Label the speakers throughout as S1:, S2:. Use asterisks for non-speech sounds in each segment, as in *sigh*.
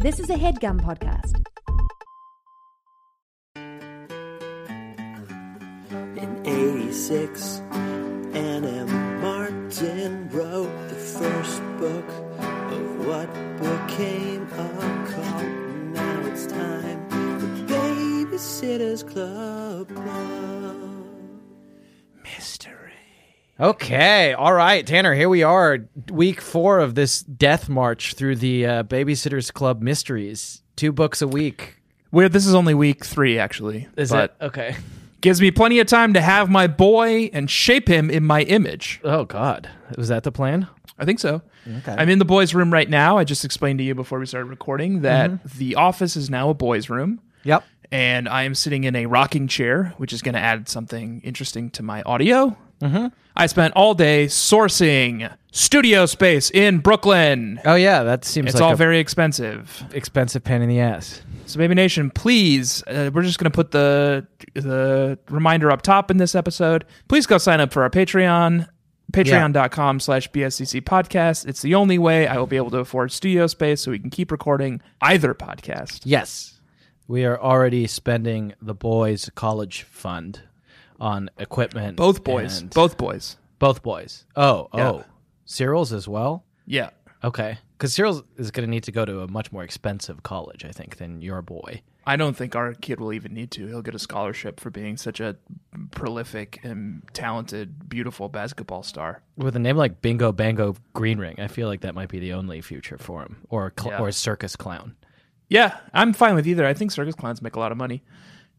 S1: This is a headgum podcast.
S2: In 86, Anna Martin wrote the first book of what became a cult. Now it's time for Babysitter's Club Club. Mystery.
S3: Okay, all right, Tanner. Here we are, week four of this death march through the uh, Babysitters Club mysteries. Two books a week.
S4: Weird. This is only week three, actually.
S3: Is
S4: but
S3: it okay?
S4: Gives me plenty of time to have my boy and shape him in my image.
S3: Oh God, was that the plan?
S4: I think so. I'm in the boys' room right now. I just explained to you before we started recording that
S3: Mm-hmm.
S4: the office is now a boys' room,
S3: Yep.
S4: and I am sitting in a rocking chair, which is going to add something interesting to my audio. Mm-hmm. I spent all day sourcing studio space in Brooklyn.
S3: Oh yeah, that seems
S4: It's
S3: like
S4: all
S3: a
S4: very expensive.
S3: expensive pain in the ass.
S4: So Baby Nation, please, uh, we're just going to put the the reminder up top in this episode. Please go sign up for our Patreon, patreon.com slash BSCC podcast. It's the only way I will be able to afford studio space so we can keep recording either podcast.
S3: Yes, we are already spending the boys' college fund on equipment.
S4: Both boys.
S3: and-
S4: Both boys.
S3: both boys. Oh
S4: Yeah.
S3: oh, Cyril's as well.
S4: Yeah.
S3: Okay, because Cyril's is going to need to go to a much more expensive college, I think, than your boy.
S4: I don't think our kid will even need to. He'll get a scholarship for being such a prolific and talented, beautiful basketball star.
S3: with a name like Bingo Bango Green Ring, I feel like that might be the only future for him, or cl-
S4: Yeah.
S3: or circus clown.
S4: Yeah, I'm fine with either. I think circus clowns make a lot of money.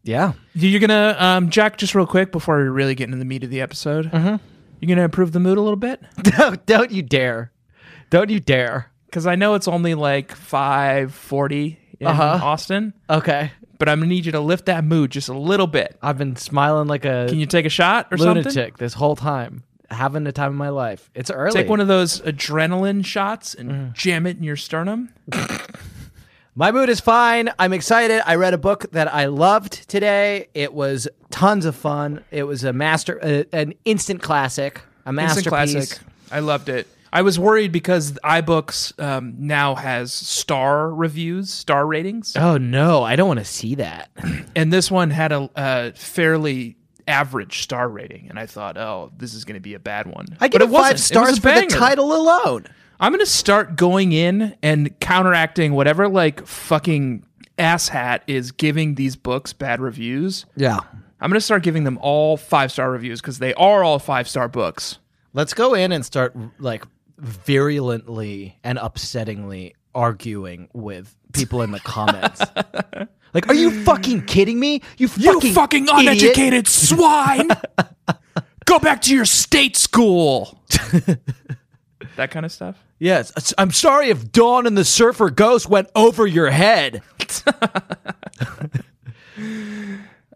S3: Yeah,
S4: You're gonna, um, Jack, just real quick before we really get into the meat of the episode.
S3: Mm-hmm.
S4: You're gonna improve the mood a little bit
S3: *laughs* don't don't you dare, don't you dare.
S4: because I know it's only like five forty in
S3: Uh-huh.
S4: Austin,
S3: Okay,
S4: but I'm gonna need you to lift that mood just a little bit.
S3: I've been smiling like a
S4: Can you take a shot or
S3: lunatic
S4: something?
S3: this whole time, having the time of my life. It's early.
S4: Take one of those adrenaline shots and
S3: Mm-hmm.
S4: jam it in your sternum.
S3: My mood is fine. I'm excited. I read a book that I loved today. It was tons of fun. It was a master, uh, an instant classic, a
S4: Instant
S3: masterpiece.
S4: classic. I loved it. I was worried because iBooks um, now has star reviews, star ratings.
S3: Oh no, I don't want to see that.
S4: and this one had a uh, fairly average star rating and i thought oh this is going to be a bad one
S3: I get
S4: but
S3: a
S4: it wasn't.
S3: five stars
S4: it was a
S3: for the
S4: banger.
S3: title alone.
S4: i'm going to start going in and counteracting whatever like fucking asshat is giving these books bad reviews
S3: Yeah.
S4: i'm going to start giving them all five star reviews because they are all five star books
S3: Let's go in and start like virulently and upsettingly arguing with people in the comments. *laughs* like, are you fucking kidding me? You fucking,
S4: *laughs*
S3: idiot.
S4: swine go back to your state school that kind of stuff
S3: Yes, s- I'm sorry if Dawn and the Surfer Ghost went over your head.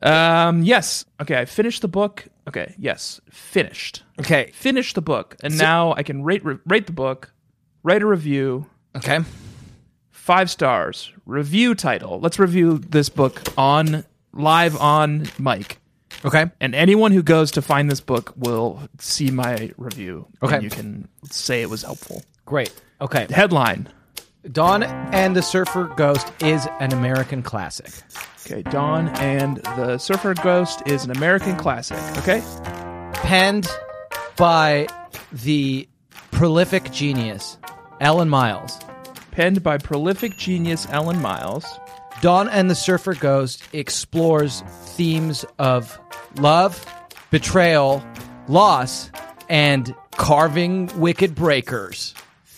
S4: Um, yes. Okay, I finished the book. Okay, yes, finished.
S3: Okay,
S4: Finished the book, and now I can rate re- rate the book, write a review,
S3: okay,
S4: five stars. Review title. Let's review this book on live on mic,
S3: okay.
S4: and anyone who goes to find this book will see my review.
S3: Okay.
S4: and you can say it was helpful.
S3: Great. Okay,
S4: Headline.
S3: Dawn and the Surfer Ghost is an American classic.
S4: Okay, Dawn and the Surfer Ghost is an American classic. Okay,
S3: penned by the prolific genius Alan Miles.
S4: penned by prolific genius Ellen Miles.
S3: Dawn and the Surfer Ghost explores themes of love, betrayal, loss, and carving wicked breakers.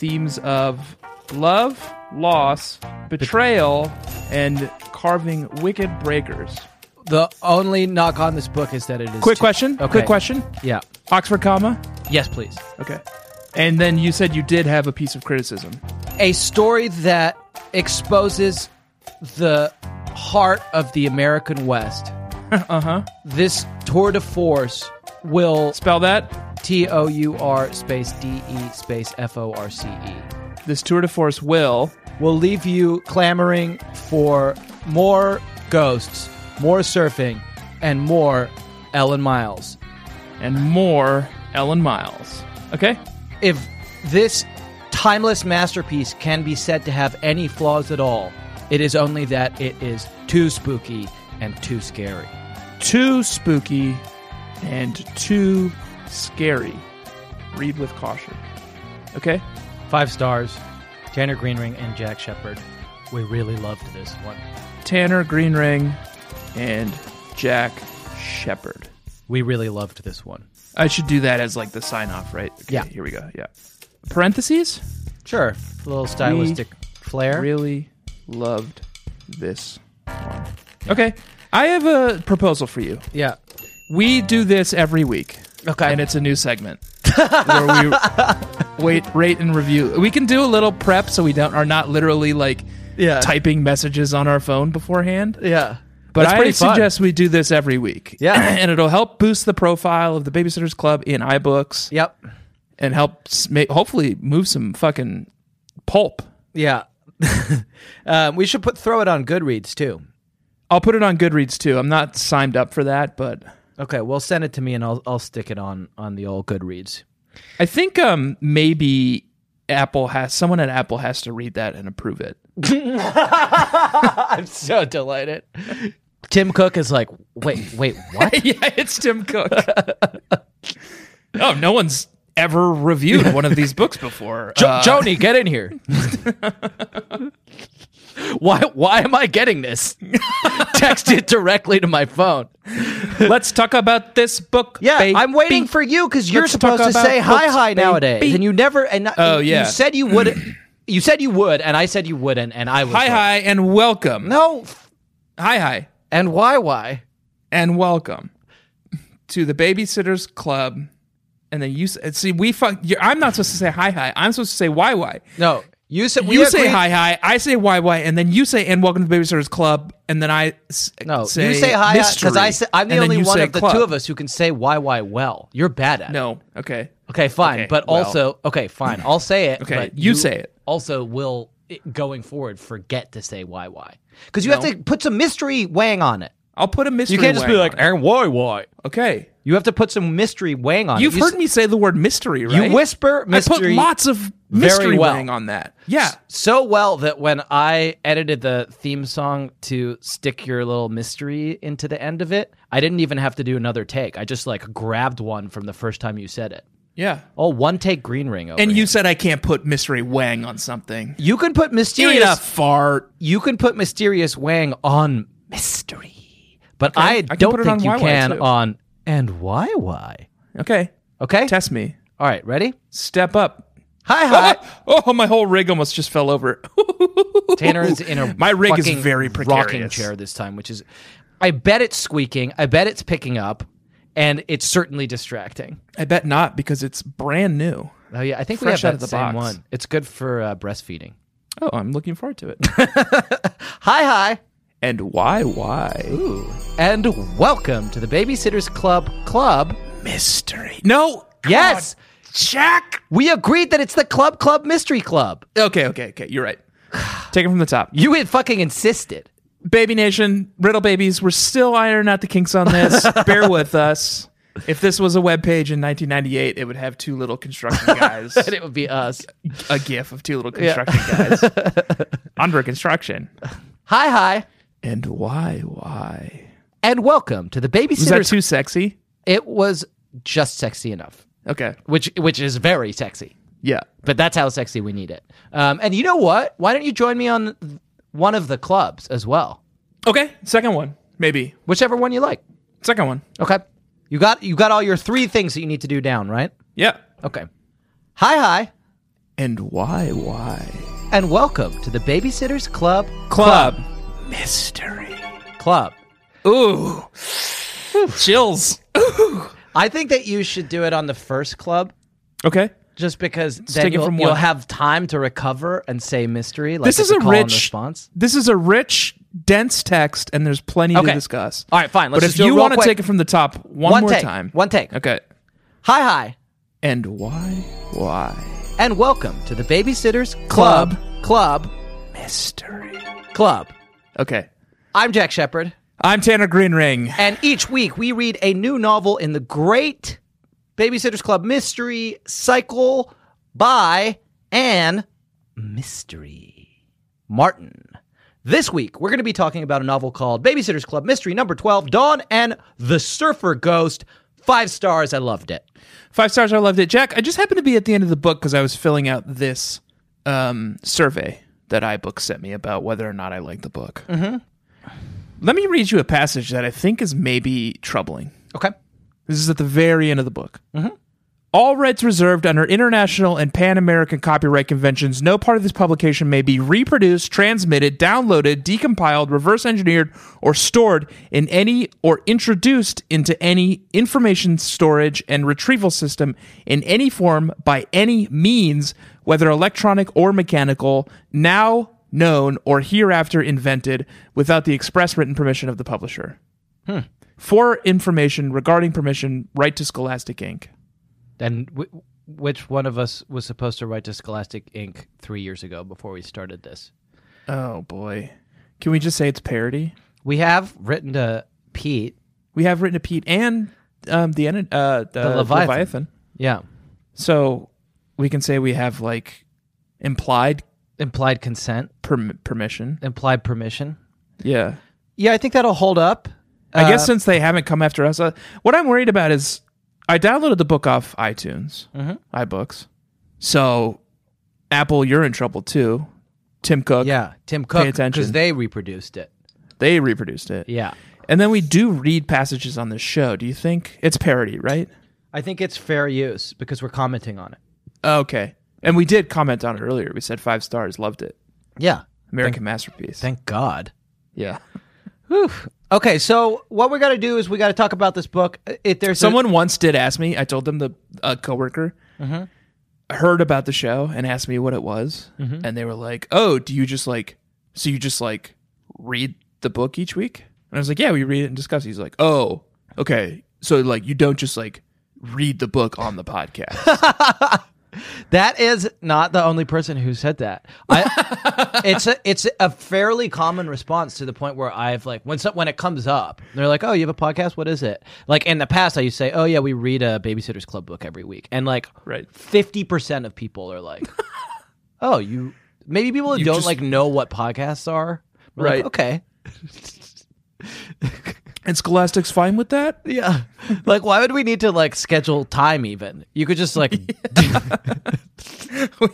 S4: themes of love, loss, betrayal, and carving wicked breakers.
S3: The only knock on this book is that it is
S4: Quick
S3: too-
S4: question.
S3: Okay.
S4: Quick question.
S3: Yeah.
S4: Oxford comma.
S3: Yes, please.
S4: Okay. And then you said you did have a piece of criticism.
S3: a story that exposes the heart of the American West. uh huh. This tour de force will
S4: Spell that.
S3: T O U R space D E space F O R C E
S4: This tour de force will.
S3: will leave you clamoring for more ghosts, more surfing, and more Ellen Miles.
S4: And more Ellen Miles. Okay?
S3: If this timeless masterpiece can be said to have any flaws at all, it is only that it is too spooky and too scary.
S4: Too spooky and too scary. Read with caution. Okay?
S3: Five stars, Tanner Greenring and Jack Shepard. We really loved this one.
S4: Tanner Greenring and Jack Shepard.
S3: We really loved this one.
S4: I should do that as like the sign off, right? Okay,
S3: Yeah.
S4: Here we go. Yeah. Parentheses?
S3: Sure, a little stylistic flair.
S4: Really loved this one. Okay. I have a proposal for you.
S3: yeah.
S4: We do this every week.
S3: Okay.
S4: And it's a new segment *laughs* where we wait, rate, and review. We can do a little prep so we don't are not literally like
S3: Yeah.
S4: typing messages on our phone beforehand.
S3: Yeah.
S4: But
S3: That's
S4: I
S3: pretty fun.
S4: suggest we do this every week.
S3: Yeah.
S4: *clears throat* and it'll help boost the profile of the Babysitters Club in iBooks
S3: Yep.
S4: and help s- ma- hopefully move some fucking pulp.
S3: Yeah. *laughs* um, we should put throw it on Goodreads too.
S4: I'll put it on Goodreads too. I'm not signed up for that, but
S3: Okay, well send it to me and I'll I'll stick it on on the old Goodreads.
S4: I think um maybe Apple has someone at Apple has to read that and approve *laughs* it.
S3: I'm *laughs* so delighted. Tim Cook is like, wait, wait, what?
S4: yeah, it's Tim Cook. *laughs* oh, no one's ever reviewed one of these books *laughs* before.
S3: Jo-
S4: Uh,
S3: Joni, get in
S4: *laughs*
S3: here. why why am I
S4: *laughs*
S3: getting this? Text it directly to my phone.
S4: let's talk about this book.
S3: Yeah,
S4: baby.
S3: I'm waiting for you because you're
S4: Let's
S3: supposed
S4: talk
S3: to
S4: about
S3: say hi
S4: books,
S3: hi nowadays,
S4: baby.
S3: and you never. And not-
S4: Oh,
S3: you-
S4: yeah.
S3: you said you would. *clears throat* you said you would, and I said you wouldn't, and I was.
S4: Hi,
S3: like,
S4: hi, and welcome.
S3: No, f-
S4: Hi, hi,
S3: and why why?
S4: and welcome to the Babysitters Club. And then you s- see, we fuck. you I'm not supposed to say hi, hi. I'm supposed to say why, why.
S3: No, you said we
S4: You say
S3: agreed-
S4: hi, hi. I say why, why, and then you say and welcome to the Babysitters Club, and then I s-
S3: No,
S4: say
S3: you say hi because
S4: mystery,
S3: I say, I'm the
S4: and then
S3: only
S4: you
S3: one
S4: say
S3: of the
S4: club.
S3: two of us who can say why why well. You're bad at it.
S4: No, okay.
S3: Okay, fine,
S4: Okay,
S3: but
S4: well.
S3: also okay, fine. I'll say
S4: *clears throat*
S3: it.
S4: Okay,
S3: but
S4: you say it.
S3: Also, will i- going forward forget to say why why because you have to put some mystery weighing on it.
S4: I'll put a mystery.
S3: You can't just be
S4: wang
S3: like
S4: on it.
S3: Aaron why why.
S4: okay.
S3: You have to put some mystery weighing on
S4: You've
S3: it. You
S4: heard
S3: s-
S4: me say the word mystery, right?
S3: whisper
S4: I put
S3: mystery
S4: lots of
S3: very
S4: mystery
S3: well.
S4: wang on that. Yeah.
S3: so well that when I edited the theme song to stick your little mystery into the end of it, I didn't even have to do another take. I just like grabbed one from the first time you said it.
S4: Yeah.
S3: Oh, one take green ring. Over
S4: And
S3: here.
S4: you said I can't put mystery wang on something.
S3: you can put
S4: You
S3: mysterious.
S4: ate a fart.
S3: You can put mysterious Wang on mystery, but I
S4: can
S3: don't
S4: put it
S3: think
S4: on
S3: you
S4: YY
S3: can
S4: too.
S3: on and why why.
S4: Okay. *laughs*
S3: Okay.
S4: Test me.
S3: All right. Ready?
S4: Step *laughs* up.
S3: Hi hi.
S4: Oh, my whole rig almost just fell over. *laughs*
S3: Tanner is in a
S4: My rig is
S3: fucking
S4: very
S3: rocking
S4: precarious.
S3: chair this time, which is, I bet it's squeaking. I bet it's picking up, and it's certainly distracting.
S4: I bet not because it's brand new.
S3: Oh yeah, I think
S4: Fresh
S3: we
S4: out
S3: have that
S4: of the
S3: same
S4: box.
S3: one. It's good for uh, breastfeeding.
S4: Oh, I'm looking forward to it.
S3: Hi hi.
S4: *laughs* and why? Why?
S3: Ooh. And welcome to the Babysitters Club Club.
S4: Mystery. No.
S3: Yes,
S4: Jack.
S3: we agreed that it's the Club Club Mystery Club.
S4: Okay. Okay. Okay. You're right. Take it from the top.
S3: You had fucking insisted.
S4: Baby Nation, Riddle Babies, we're still ironing out the kinks on *laughs* this. Bear with us. If this was a web page in 1998, it would have two little construction *laughs* guys,
S3: It would be us.
S4: a gif of two little construction guys *laughs* under construction.
S3: Hi, hi,
S4: And why, why?
S3: and welcome to the
S4: Is that
S3: babysitters.
S4: too sexy?
S3: it was just sexy enough,
S4: Okay.
S3: which which is very sexy.
S4: Yeah.
S3: But that's how sexy we need it. Um, and you know what? Why don't you join me on th- one of the clubs as well,
S4: Okay. Second one, maybe.
S3: whichever one you like.
S4: Second one.
S3: Okay. You got you got all your three things that you need to do down, right?
S4: Yeah.
S3: Okay. Hi, hi,
S4: And why, why?
S3: and welcome to the Babysitters Club
S4: Club. Mystery.
S3: Club.
S4: Ooh. Chills.
S3: I think that you should do it on the first club
S4: Okay.
S3: just because
S4: take
S3: then
S4: it
S3: you'll,
S4: from
S3: you'll
S4: one.
S3: have time to recover and say mystery. Like
S4: this
S3: it's
S4: is a,
S3: call and
S4: rich
S3: response.
S4: This is a rich, dense text, and there's plenty
S3: Okay.
S4: to discuss.
S3: All right, fine. Let's
S4: but
S3: just
S4: if
S3: do it
S4: you
S3: real
S4: want to
S3: quick.
S4: take it from the top, one,
S3: One
S4: more
S3: take.
S4: time,
S3: One take.
S4: Okay.
S3: Hi, hi,
S4: And why? Why?
S3: and welcome to the Babysitters
S4: Club.
S3: Club, Club,
S4: Mystery.
S3: Club.
S4: Okay.
S3: I'm Jack Shepard,
S4: I'm Tanner Greenring.
S3: and each week we read a new novel in the great Babysitters Club mystery cycle by and mystery. Martin. This week, we're going to be talking about a novel called Babysitter's Club Mystery Number 12 Dawn and the Surfer Ghost. Five stars. I loved it.
S4: Five stars. I loved it. Jack, I just happened to be at the end of the book because I was filling out this um, survey that iBook sent me about whether or not I liked the book. Mm-hmm. Let me read you a passage that I think is maybe troubling.
S3: Okay.
S4: This is at the very end of the book. All rights reserved under international and pan American copyright conventions. No part of this publication may be reproduced, transmitted, downloaded, decompiled, reverse engineered, or stored in any or introduced into any information storage and retrieval system in any form by any means, whether electronic or mechanical, now known or hereafter invented, without the express written permission of the publisher. For information regarding permission, write to Scholastic Inc.
S3: And w- which one of us was supposed to write to Scholastic Inc. three years ago before we started this?
S4: Oh boy. Can we just say it's parody?
S3: We have written to Pete.
S4: We have written a Pete and um, the, en- uh, the,
S3: Leviathan.
S4: Leviathan.
S3: Yeah.
S4: So we can say we have like implied
S3: Implied consent,
S4: perm- permission.
S3: implied permission.
S4: Yeah. Uh,
S3: Yeah, I think that'll hold up.
S4: I guess since they haven't come after us, uh, what I'm worried about is I downloaded the book off iTunes, iBooks. So Apple, you're in trouble too. Tim Cook,
S3: Um, Yeah, Tim Cook.
S4: attention.
S3: Because they reproduced it.
S4: they reproduced it.
S3: Yeah.
S4: And then we do read passages on this show. Do you think it's parody, right?
S3: I think it's fair use because we're commenting on it.
S4: Oh, Okay. And we did comment on it earlier. We said five stars, loved it.
S3: Yeah.
S4: American masterpiece.
S3: Thank God.
S4: yeah.
S3: Okay, so what we got to do is we got to talk about this book. If there's a-
S4: Someone once did ask me. I told them the a coworker
S3: Mm-hmm.
S4: heard about the show and asked me what it was, and they were like, "Oh, do you just like so you just like read the book each week?" And I was like, "Yeah, we read it and discuss." it." He's like, "Oh, okay, so like you don't just like read the book on the
S3: *laughs*
S4: podcast."
S3: That is not the only person who said that.
S4: *laughs*
S3: I, it's a it's a fairly common response to the point where I've like when some, when it comes up, they're like, "Oh, you have a podcast? What is it?" Like in the past, I used to say, "Oh yeah, we read a Babysitters Club book every week," and like
S4: Right.
S3: fifty percent of people are
S4: *laughs*
S3: like, "Oh, you." Maybe people who
S4: You
S3: don't
S4: just-
S3: like know what podcasts are. We're like,
S4: Right.
S3: okay.
S4: and Scholastic's fine with that.
S3: Yeah. *laughs* Like, why would we need to like schedule time? Even you could
S4: *laughs*
S3: just like.
S4: we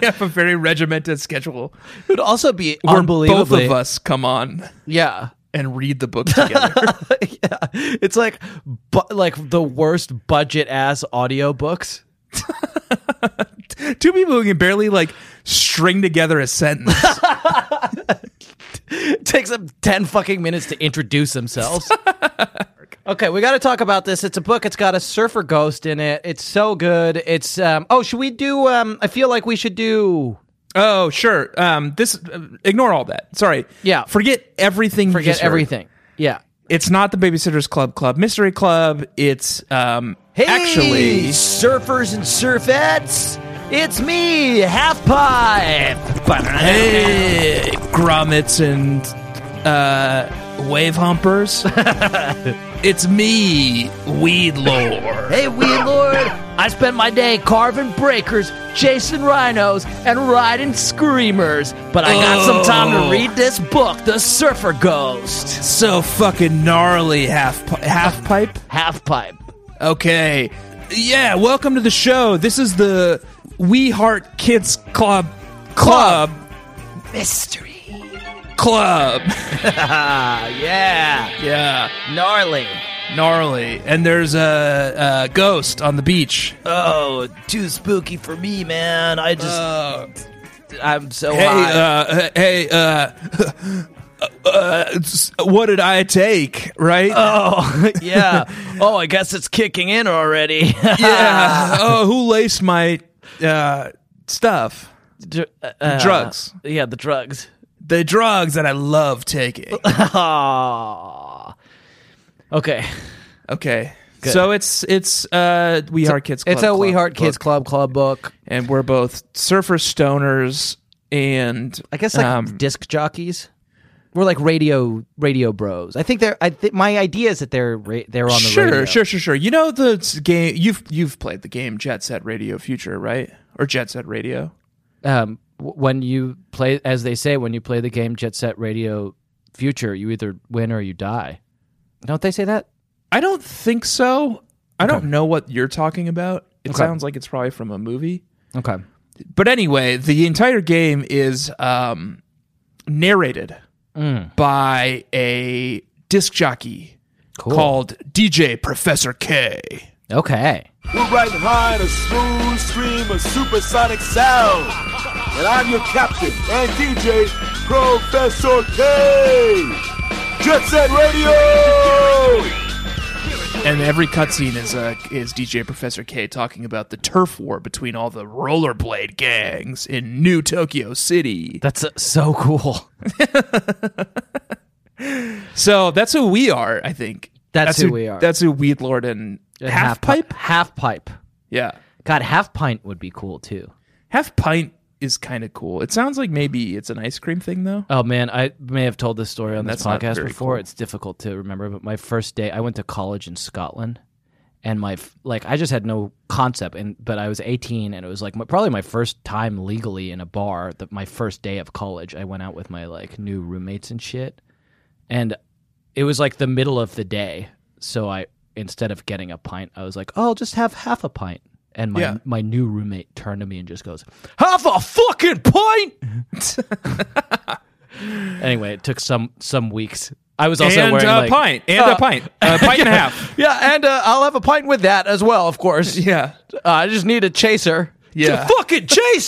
S4: have a very regimented schedule.
S3: It would also be
S4: Where both
S3: unbelievably.
S4: of us come on
S3: Yeah.
S4: and read the book together.
S3: *laughs*
S4: *laughs*
S3: yeah. It's like bu- like the worst budget ass audiobooks. *laughs*
S4: Two people who can barely like string together a
S3: *laughs*
S4: sentence.
S3: It takes them 10 fucking minutes to introduce
S4: *laughs*
S3: themselves. okay, we got to talk about this. It's a book. It's got a surfer ghost in it. It's so good. It's um oh, should we do um I feel like we should do
S4: Oh, sure. Um, this uh, ignore all that. Sorry.
S3: Yeah.
S4: Forget everything. you
S3: forget
S4: just heard.
S3: everything. Yeah.
S4: It's not the Babysitters Club Club Mystery Club. It's um
S3: Hey,
S4: actually
S3: surfers and surfettes. It's me, Half Pipe.
S4: hey, grommets and uh, wave
S3: *laughs*
S4: humpers. it's me, Weed Lord.
S3: Hey, Weed Lord, I spend my day carving breakers, chasing rhinos, and riding screamers. But I got some time to
S4: Oh.
S3: read this book, The Surfer Ghost.
S4: So fucking gnarly half pi- half pipe.
S3: Half pipe.
S4: Okay. Yeah, welcome to the show. This is the We Heart Kids Club Club
S3: Mystery.
S4: Club. *laughs*
S3: Ah, yeah.
S4: yeah,
S3: Gnarly.
S4: gnarly. And there's a, a ghost on the beach.
S3: Oh, too spooky for me, man. I just.
S4: Uh,
S3: I'm so
S4: hey,
S3: high.
S4: uh, *laughs* hey, uh, uh, it's- what did I take? Right?
S3: oh, *laughs*
S4: *laughs*
S3: yeah. Oh, I guess it's kicking in already.
S4: yeah. oh, who laced my uh, stuff?
S3: *laughs* Dr- uh,
S4: Drugs.
S3: Yeah, the drugs. *laughs*
S4: The drugs that I love taking.
S3: Aww. Okay.
S4: Okay. So it's it's uh We Heart Kids Club.
S3: It's a We
S4: Club
S3: Heart Kids
S4: book.
S3: Club Club book.
S4: And we're both surfer stoners and
S3: I guess like
S4: um,
S3: disc jockeys. We're like radio radio bros. I think they're. I th- my idea is that they're ra- they're on the
S4: sure,
S3: radio.
S4: sure, sure, sure. You know the s- game you've you've played the game Jet Set Radio Future, right? Or Jet Set Radio?
S3: um, w- when you play, as they say, when you play the game Jet Set Radio Future, you either win or you die. Don't they say that?
S4: I don't think so. I don't know what you're talking about. It
S3: Okay.
S4: sounds like it's probably from a movie.
S3: Okay.
S4: But anyway, the entire game is um, narrated Mm. by a disc jockey
S3: Cool.
S4: called DJ Professor K.
S3: Okay.
S5: We're riding high in a smooth stream of supersonic sound. And I'm your captain and DJ, Professor K. Jet Set Radio!
S4: And every cutscene is uh, is DJ Professor K talking about the turf war between all the rollerblade gangs in New Tokyo City.
S3: That's uh, so cool. *laughs*
S4: So that's who we are, I think.
S3: That's who we are.
S4: That's who Weed Lord and, Half Pipe.
S3: Half pipe.
S4: Yeah,
S3: God, half pint would be cool too.
S4: Half Pint is kind of cool. It sounds like maybe it's an ice cream thing though.
S3: Oh man, I may have told this story on
S4: That's
S3: this
S4: not
S3: podcast
S4: very
S3: before.
S4: cool.
S3: It's difficult to remember, but my first day, I went to college in Scotland, and my f- like I just had no concept, and but I was 18, and it was like my, probably my first time legally in a bar. That my first day of college, I went out with my like new roommates and shit, and it was like the middle of the day, so I instead of getting a pint, I was like, oh, I'll just have half a pint. And my
S4: Yeah.
S3: my new roommate turned to me and just goes, "Half a fucking pint." Anyway, it took some some weeks. I was also
S4: and
S3: wearing
S4: a
S3: like-
S4: pint, and
S3: Uh,
S4: a
S3: *laughs*
S4: pint, a pint and a half.
S3: Yeah, and uh, I'll have a pint with that as well, of course.
S4: Yeah,
S3: Uh, I just need a chaser.
S4: Yeah.
S3: It's a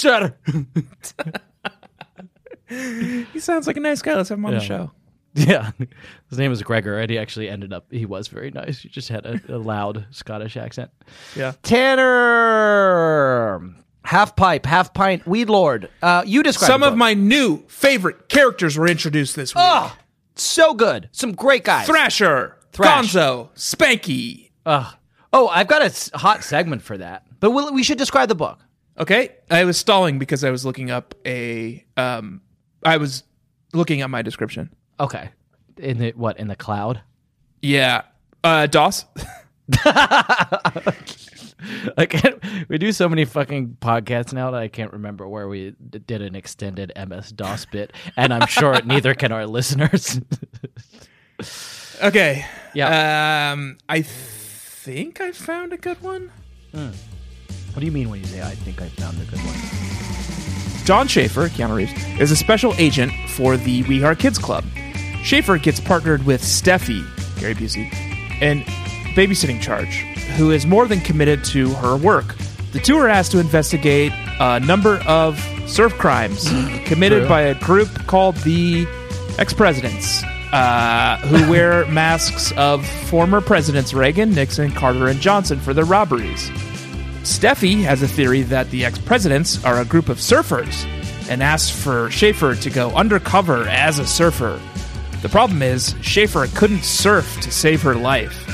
S3: fucking
S4: *laughs*
S3: chaser.
S4: he sounds like a nice guy. Let's have him on the
S3: Yeah.
S4: show.
S3: yeah, his name was Gregor, and he actually ended up. He was very nice. He just had a, a loud Scottish accent.
S4: Yeah.
S3: Tanner, half pipe, half pint, weed lord. Uh, you describe
S4: Some
S3: the
S4: of
S3: book.
S4: my new favorite characters were introduced this week.
S3: Ah, so good. Some great guys.
S4: Thrasher,
S3: Thrash.
S4: Gonzo, Spanky.
S3: Ugh. oh, I've got a s- hot segment for that, but we'll, we should describe the book.
S4: Okay, I was stalling because I was looking up a. Um, I was looking at my description.
S3: Okay. In the what? In the cloud? *laughs*
S4: Yeah, uh, DOS. *laughs*
S3: I can't. *laughs* We do so many fucking podcasts now that I can't remember where we d- did an extended MS DOS bit, and I'm *laughs* sure neither can our listeners. *laughs*
S4: Okay.
S3: yeah.
S4: Um, I think I found a good one.
S3: what do you mean when you say I think I found a good one?
S4: John Schaefer, Keanu Reeves, is a special agent for the We Are Kids Club. Schaefer gets partnered with Steffi, Gary Busey, and babysitting charge, who is more than committed to her work. The two are asked to investigate a number of surf crimes committed by a group called the ex presidents, uh, who wear masks of former presidents Reagan, Nixon, Carter, and Johnson for their robberies. Steffi has a theory that the ex presidents are a group of surfers and asks for Schaefer to go undercover as a surfer. The problem is, Schaefer couldn't surf to save her life.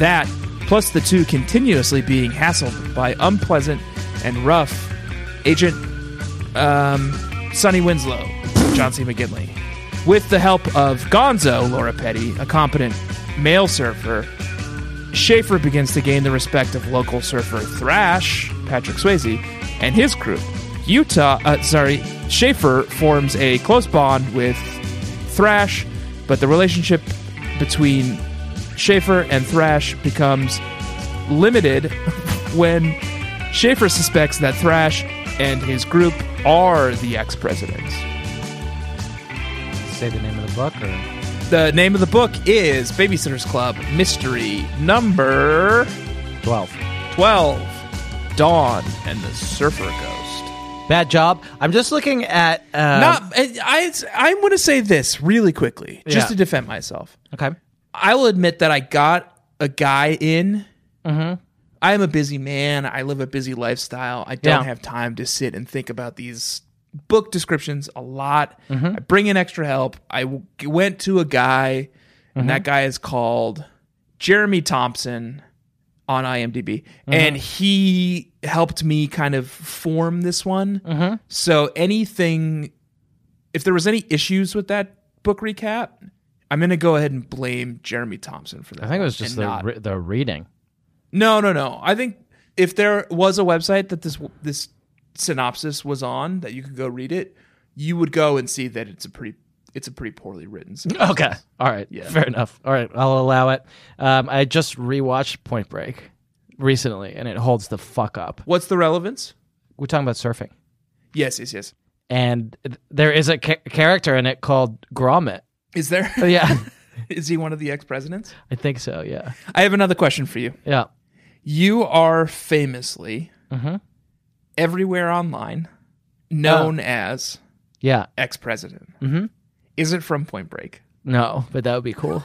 S4: That, plus the two continuously being hassled by unpleasant and rough Agent um, Sonny Winslow, John C. McGinley, with the help of Gonzo Laura Petty, a competent male surfer Schaefer begins to gain the respect of local surfer Thrash, Patrick Swayze, and his crew. Utah, uh, sorry, Schaefer forms a close bond with Thrash, but the relationship between Schaefer and Thrash becomes limited *laughs* when Schaefer suspects that Thrash and his group are the ex presidents.
S3: Say the name of the book, or
S4: The name of the book is Babysitter's Club Mystery Number
S3: twelve.
S4: 12 Dawn and the Surfer Ghost.
S3: Bad job. I'm just looking at. Um,
S4: Not, I, I, am going to say this really quickly just
S3: Yeah.
S4: to defend myself.
S3: okay.
S4: I will admit that I got a guy in.
S3: Mm-hmm.
S4: I am a busy man. I live a busy lifestyle. I don't
S3: Yeah.
S4: have time to sit and think about these book descriptions a lot.
S3: Mm-hmm.
S4: I bring in extra help. I w- went to a guy,
S3: Mm-hmm.
S4: and that guy is called Jeremy Thompson on IMDb,
S3: Mm-hmm.
S4: and he helped me kind of form this one.
S3: Mm-hmm.
S4: So anything, if there was any issues with that book recap, I'm gonna go ahead and blame Jeremy Thompson for that.
S3: I think it was
S4: one
S3: just
S4: and
S3: the
S4: not-
S3: re- the reading.
S4: no, no, no. I think if there was a website that this this synopsis was on that you could go read it, you would go and see that it's a pretty it's a pretty poorly written. Synopsis.
S3: *laughs* Okay. All right. Yeah. Fair enough. All right. I'll allow it. Um, I just rewatched Point Break recently, and it holds the fuck up.
S4: What's the relevance?
S3: We're talking about surfing,
S4: Yes, yes, yes.
S3: and th- there is a ca- character in it called Gromit.
S4: Is there? *laughs* Is
S3: Oh, Yeah,
S4: he one of the ex presidents?
S3: *laughs* I think so. Yeah.
S4: I have another question for you.
S3: Yeah.
S4: You are famously
S3: Mhm.
S4: everywhere online known as
S3: Yeah.
S4: ex president. Mm-hmm. Is it from Point Break?
S3: No, but that would be cool.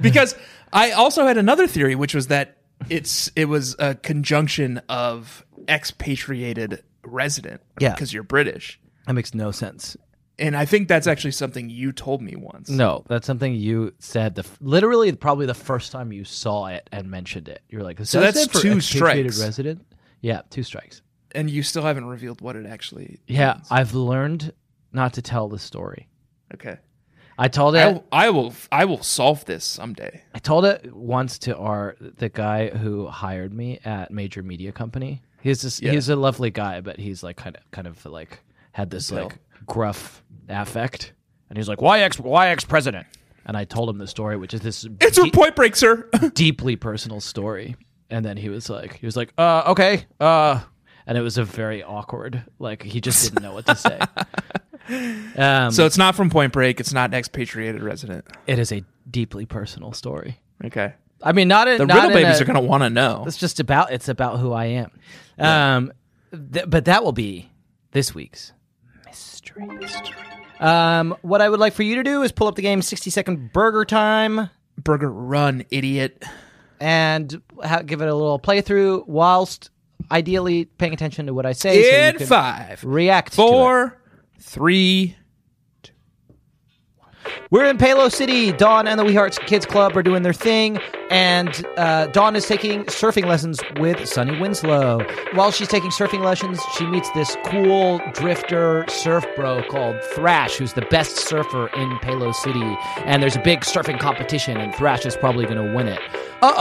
S4: because I also had another theory, which was that it's it was a conjunction of expatriated resident,
S3: Yeah.
S4: because you're British,
S3: *laughs* That makes no sense.
S4: and I think that's actually something you told me once.
S3: No, that's something you said. The f- literally probably the first time you saw it and mentioned it. You're like, so
S4: that's two strikes.
S3: Resident. Yeah, two strikes.
S4: and you still haven't revealed what it actually.
S3: Yeah, I've learned not to tell the story.
S4: Okay,
S3: I told it.
S4: I, I will I will solve this someday.
S3: I told it once to our the guy who hired me at major media company. He's just
S4: Yeah.
S3: he's a lovely guy, but he's like kind of kind of like had this
S4: Bill.
S3: like gruff affect, and he's like, "Why ex why ex president?" And I told him the story, which is this
S4: It's a Point Break, sir. *laughs*
S3: deeply personal story. And then he was like, he was like, uh, okay, uh, and it was a very awkward, like he just didn't know what
S4: *laughs*
S3: to say. Um,
S4: so it's not from Point Break. It's not expatriated resident.
S3: it is a deeply personal story.
S4: Okay,
S3: I mean, not in
S4: the
S3: not
S4: riddle
S3: in
S4: babies
S3: a-
S4: are gonna want to know.
S3: It's just about it's about who I am. Um, th- but that will be this week's mystery. Um, what I would like for you to do is pull up the game sixty second burger time
S4: Burger Run, idiot.
S3: and ha- give it a little playthrough whilst ideally paying attention to what I say. so you
S4: In
S3: can
S4: five,
S3: react. to it.
S4: four, three.
S3: We're in Palo City. Dawn and the We Hearts Kids Club are doing their thing, and uh, Dawn is taking surfing lessons with Sunny Winslow. While she's taking surfing lessons, she meets this cool drifter surf bro called Thrash, who's the best surfer in Palo City. And there's a big surfing competition, and Thrash is probably going to win it. Uh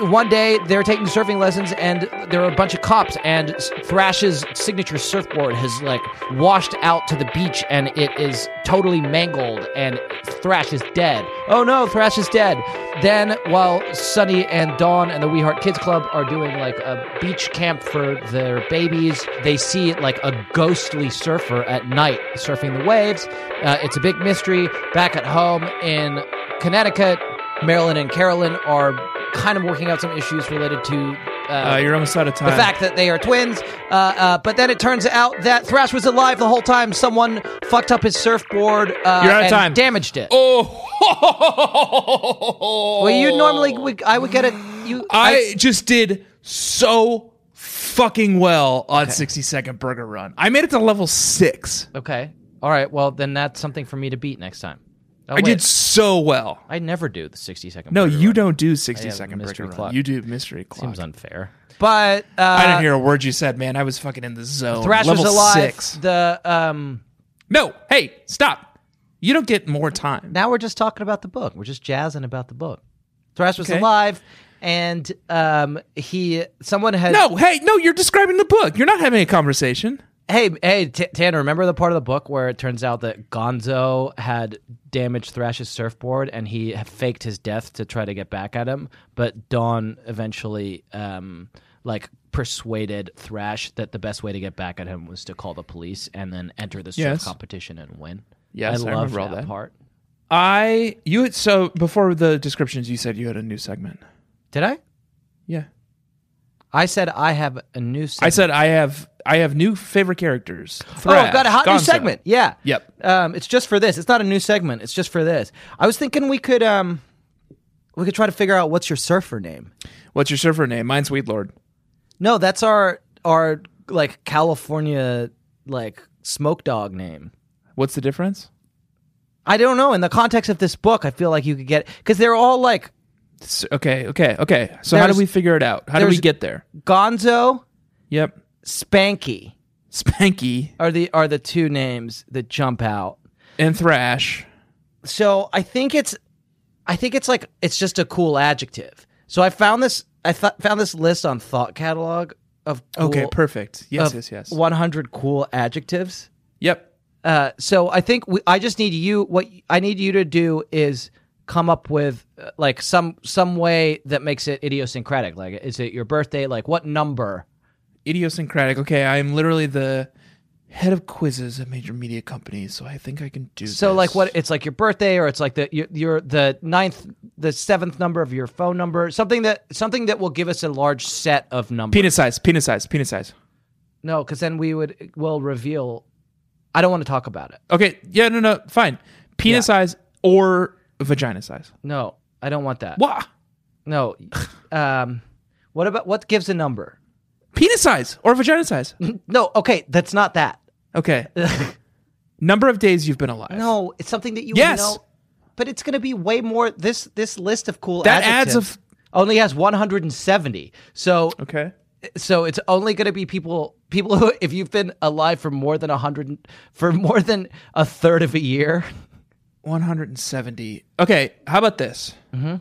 S3: oh! One day they're taking surfing lessons, and there are a bunch of cops. And Thrash's signature surfboard has like washed out to the beach, and it is totally mangled. And Thrash is dead. Oh no, Thrash is dead. Then, while Sunny and Dawn and the We Heart Kids Club are doing like a beach camp for their babies, they see like a ghostly surfer at night surfing the waves. Uh, it's a big mystery. Back at home in Connecticut, Marilyn and Carolyn are kind of working out some issues related to. Uh,
S4: Uh, you're almost out of time.
S3: the fact that they are twins. Uh, uh, but then it turns out that Thrash was alive the whole time. Someone fucked up his surfboard uh,
S4: You're out of
S3: and
S4: time.
S3: damaged it.
S4: *laughs* Oh,
S3: Well, you normally would, I would get it. You,
S4: I just did so fucking well on 60 Second Burger Run. I made it to level six.
S3: I- okay. All right. Well, then that's something for me to beat next time. Oh,
S4: I
S3: wait.
S4: did so well.
S3: I never do the sixty second.
S4: No,
S3: burger
S4: you
S3: run.
S4: don't do
S3: I
S4: 60
S3: have
S4: Second
S3: mystery
S4: Burger
S3: clock.
S4: Run. You do mystery clock.
S3: Seems unfair. But uh,
S4: I didn't hear a word you said, man. I was fucking in the zone.
S3: Thrash
S4: level
S3: was alive.
S4: six.
S3: The um.
S4: No, hey, stop. You don't get more time.
S3: Now we're just talking about the book. We're just jazzing about the book. Thrash was
S4: Okay.
S3: alive, and um, he someone had
S4: No, hey, no, you're describing the book. You're not having a conversation.
S3: Hey, hey, T- Tanner, remember the part of the book where it turns out that Gonzo had damaged Thrash's surfboard and he faked his death to try to get back at him, but Dawn eventually um like persuaded Thrash that the best way to get back at him was to call the police and then enter the surf
S4: Yes.
S3: competition and win.
S4: Yes,
S3: I
S4: I
S3: love
S4: remember all
S3: that,
S4: that.
S3: part.
S4: I you had so before the descriptions you said you had a new segment.
S3: Did I?
S4: Yeah.
S3: I said I have a new. Segment.
S4: I said I have I have new favorite characters.
S3: oh,
S4: Thrash,
S3: got a hot new
S4: Gonzo.
S3: segment. Yeah.
S4: Yep.
S3: Um, it's just for this. It's not a new segment. It's just for this. I was thinking we could um, we could try to figure out what's your surfer name.
S4: What's your surfer name? Mine's Weed Lord.
S3: No, that's our our like California like smoke dog name.
S4: What's the difference?
S3: I don't know. In the context of this book, I feel like you could get because they're all like
S4: S- okay, okay, okay. So how do
S3: There's-
S4: we figure it out? How do we
S3: there's-
S4: get there?
S3: Gonzo,
S4: Yep.
S3: Spanky
S4: Spanky
S3: are the are the two names that jump out.
S4: and Thrash.
S3: so I think it's, I think it's like it's just a cool adjective. So I found this, I th- found this list on Thought Catalog of cool,
S4: Okay, perfect. Yes,
S3: of
S4: yes, yes.
S3: 100 cool adjectives.
S4: Yep.
S3: Uh, so I think we, I just need you. What I need you to do is come up with uh, like some some way that makes it idiosyncratic. Like, is it your birthday? Like, what number?
S4: Idiosyncratic. Okay, I am literally the head of quizzes at major media companies, so I think I can do
S3: So
S4: this.
S3: like, what? It's like your birthday, or it's like the your, your the ninth, the seventh number of your phone number. Something that something that will give us a large set of numbers.
S4: Penis size, penis size, penis size.
S3: No, because then we would will reveal. I don't want to talk about it.
S4: Okay, yeah, no, no, fine. Penis
S3: Yeah.
S4: size or vagina size.
S3: No, I don't want that.
S4: What?
S3: No. um, what about what gives a number?
S4: Penis size or vagina
S3: *laughs*
S4: size.
S3: No. Okay, that's not that. *laughs*
S4: Okay. Number of days you've been alive.
S3: No, it's something that you
S4: Yes.
S3: know. But it's going to be way more. This this list of cool
S4: That adds a
S3: adjectives
S4: f-
S3: only has 170. So
S4: Okay.
S3: so it's only going to be people people who if you've been alive for more than 100 for more than a third of a year.
S4: 170. Okay, how about this? D-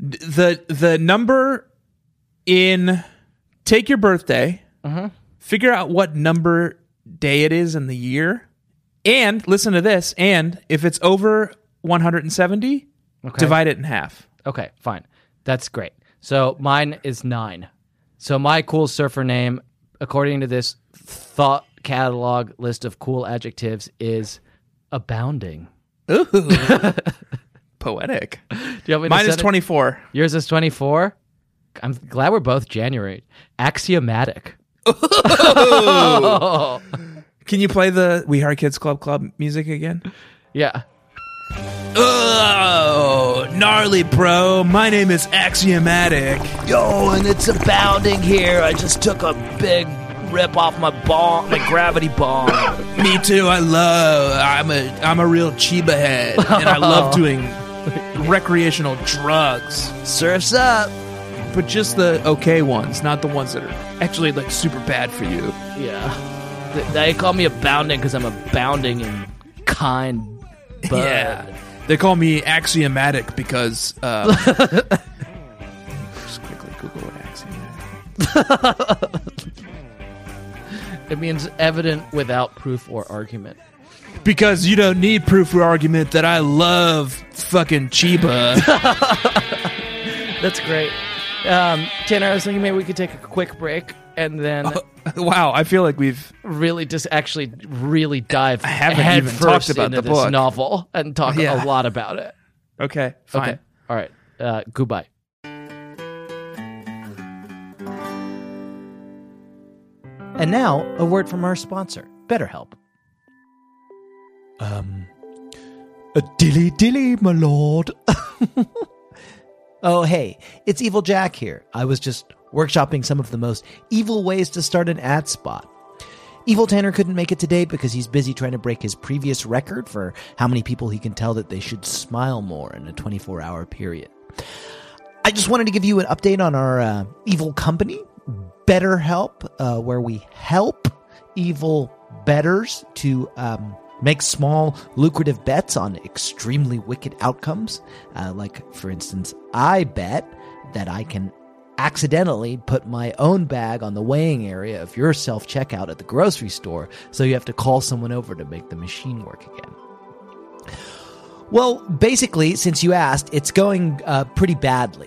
S4: The the number in take your birthday, figure out what number day it is in the year, and listen to this. And if it's over 170, divide it in half.
S3: Okay, fine. That's great. So mine is nine. So my cool surfer name, according to this thought catalog list of cool adjectives, is abounding.
S4: Ooh. Poetic.
S3: Do you want me to
S4: Mine is
S3: set it-
S4: 24.
S3: Yours is 24. I'm glad we're both January. Axiomatic.
S4: Can you play the We Are Kids Club Club music again?
S3: Yeah.
S4: Oh, gnarly, bro. My name is Axiomatic.
S2: Yo, and it's abounding here. I just took a big rip off my bomb, my gravity bomb.
S4: Me too. I love. I'm a. I'm a real chiba head, and I love doing recreational drugs,
S2: Surfs up.
S4: but just the okay ones, not the ones that are actually like super bad for you.
S3: Yeah. Th- They call me abounding because I'm abounding in kind. But
S4: *laughs* Yeah. They call me axiomatic because. Um, just quickly Google what axiomatic.
S3: it means evident without proof or argument.
S4: Because you don't need proof or argument that I love fucking chiba.
S3: That's great. Um, Tanner, I was thinking maybe we could take a quick break and then
S4: Uh, wow, I feel like we've
S3: really just actually really dive I
S4: haven't
S3: head
S4: even
S3: first
S4: talked about
S3: into
S4: the
S3: this
S4: book.
S3: novel and talk
S4: Yeah.
S3: a lot about it.
S4: okay. Fine.
S3: Okay. All right. Uh, goodbye. And now, a word from our sponsor, BetterHelp.
S6: Um, A dilly dilly, my lord. *laughs* oh, hey, it's Evil Jack here. I was just workshopping some of the most evil ways to start an ad spot. Evil Tanner couldn't make it today because he's busy trying to break his previous record for how many people he can tell that they should smile more in a 24 hour period. I just wanted to give you an update on our uh, evil company, BetterHelp, uh, where we help evil betters to um, make small, lucrative bets on extremely wicked outcomes. Uh, like, for instance, I bet that I can accidentally put my own bag on the weighing area of your self checkout at the grocery store, so you have to call someone over to make the machine work again. Well, basically, since you asked, it's going uh, pretty badly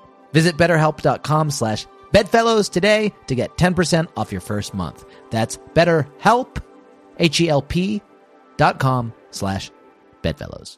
S6: Visit betterhelp.com slash
S7: Bedfellows today to get 10% off your first month. That's BetterHelp,
S6: E
S7: H-E-L-P dot com slash Bedfellows.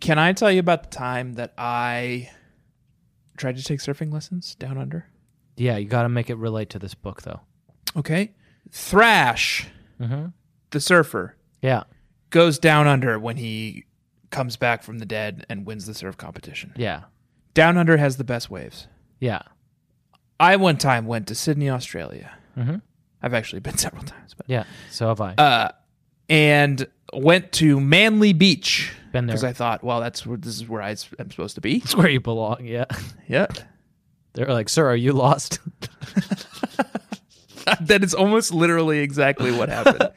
S4: Can I tell you about the time that I tried to take surfing lessons down under?
S6: Yeah, you got to make it relate to this book, though.
S4: Okay. Mm-hmm. Thrash, the surfer,
S6: Yeah,
S4: goes down under when he comes back from the dead and wins the surf competition.
S6: yeah,
S4: Down under has the best waves.
S6: yeah.
S4: I one time went to Sydney, Australia. I've actually been *laughs* several times, but
S6: Yeah, so have I.
S4: Uh, and went to Manly Beach
S6: Been there.
S4: because I thought, well, that's where this is where I s- am supposed to be.
S6: That's where you belong.
S3: *laughs*
S6: Yeah.
S4: Yeah.
S6: They're like, sir, are you lost?
S4: *laughs* that is almost literally exactly what happened.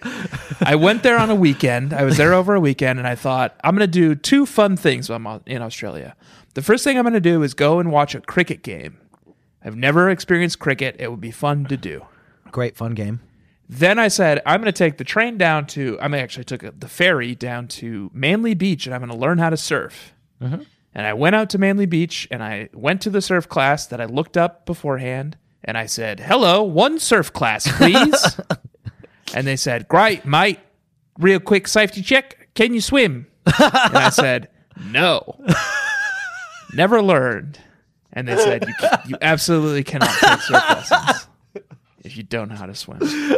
S4: I went there on a weekend. I was there over a weekend, and I thought I'm going to do two fun things while I'm in Australia. The first thing I'm going to do is go and watch a cricket game. I've never experienced cricket. It would be fun to do.
S7: Great fun game.
S4: Then I said, I'm going to take the train down to, I mean, actually took a- the ferry down to Manly Beach and I'm going to learn how to surf. And I went out to Manly Beach and I went to the surf class that I looked up beforehand and I said, hello, one surf class, please. and they said, great, mate, real quick safety check. Can you swim? and I said, no, never learned. And they said, you, ca- you absolutely cannot take surf lessons if you don't know how to swim.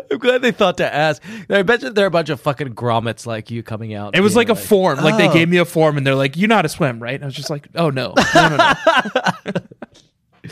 S6: I'm *laughs* glad they thought to ask. I bet you there are a bunch of fucking grommets like you coming out.
S4: It was like
S6: being
S4: a form. Like they gave
S6: oh.
S4: me a form and they're like, you know how to swim, right? And I was just like, oh no. No, no,
S6: *laughs*
S4: no."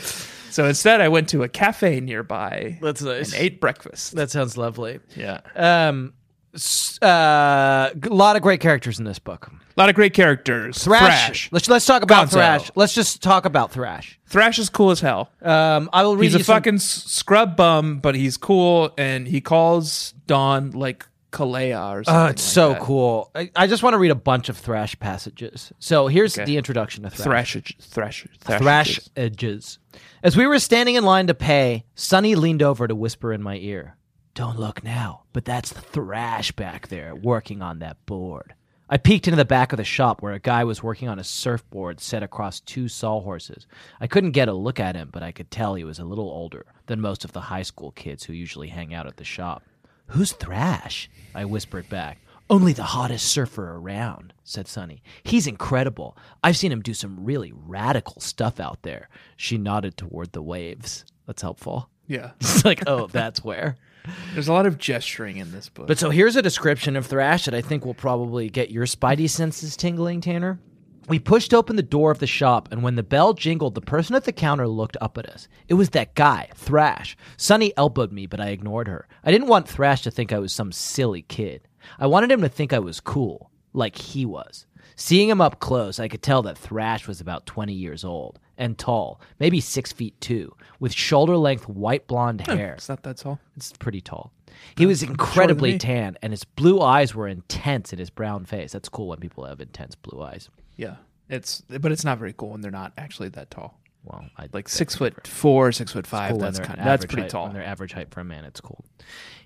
S4: so instead, I went to a cafe nearby
S6: That's nice.
S4: and ate breakfast.
S6: That sounds lovely.
S4: yeah.
S6: Um, s- uh, a lot of great characters in this book.
S4: A lot of great characters.
S6: Thrash.
S4: Thrash.
S6: Let's let's talk about
S4: Gonzo.
S6: Thrash. Let's just talk about Thrash.
S4: Thrash is cool as hell.
S6: Um, I will read
S4: he's
S6: you
S4: a
S6: some-
S4: fucking s scrub bum, but he's cool and he calls Dawn like Kalea or something.
S6: Oh, it's so cool. I, I just want to read a bunch of Thrash passages. So here's the introduction to Thrash.
S4: Thrash. Thrash. Thrash.
S6: Thrash edges. As we were standing in line to pay, Sonny leaned over to whisper in my ear, Don't look now, but that's the thrash back there working on that board. I peeked into the back of the shop where a guy was working on a surfboard set across two sawhorses. I couldn't get a look at him, but I could tell he was a little older than most of the high school kids who usually hang out at the shop. Who's Thrash? I whispered back. Only the hottest surfer around, said Sonny. He's incredible. I've seen him do some really radical stuff out there. She nodded toward the waves. That's helpful. *laughs*
S4: Yeah.
S6: It's like, oh, that's where.
S4: There's a lot of gesturing in this book.
S6: But so here's a description of Thrash that I think will probably get your spidey senses tingling, Tanner. We pushed open the door of the shop, and when the bell jingled, the person at the counter looked up at us. It was that guy, Thrash. Sonny elbowed me, but I ignored her. I didn't want Thrash to think I was some silly kid. I wanted him to think I was cool, like he was. Seeing him up close, I could tell that Thrash was about 20 years old and tall, maybe six feet two, with shoulder length white blonde hair.
S4: it's not that tall.
S6: It's pretty tall. He was incredibly
S4: me.
S6: tan, and his blue eyes were intense in his brown face. That's cool when people have intense blue eyes.
S4: Yeah. It's but it's not very cool when they're not actually that tall.
S6: Well, I
S4: Like six foot four, six foot five.
S6: cool when
S4: that's
S6: they're
S4: kind
S6: average
S4: that's pretty
S6: height-
S4: tall.
S6: When they're average height for a man, it's cool.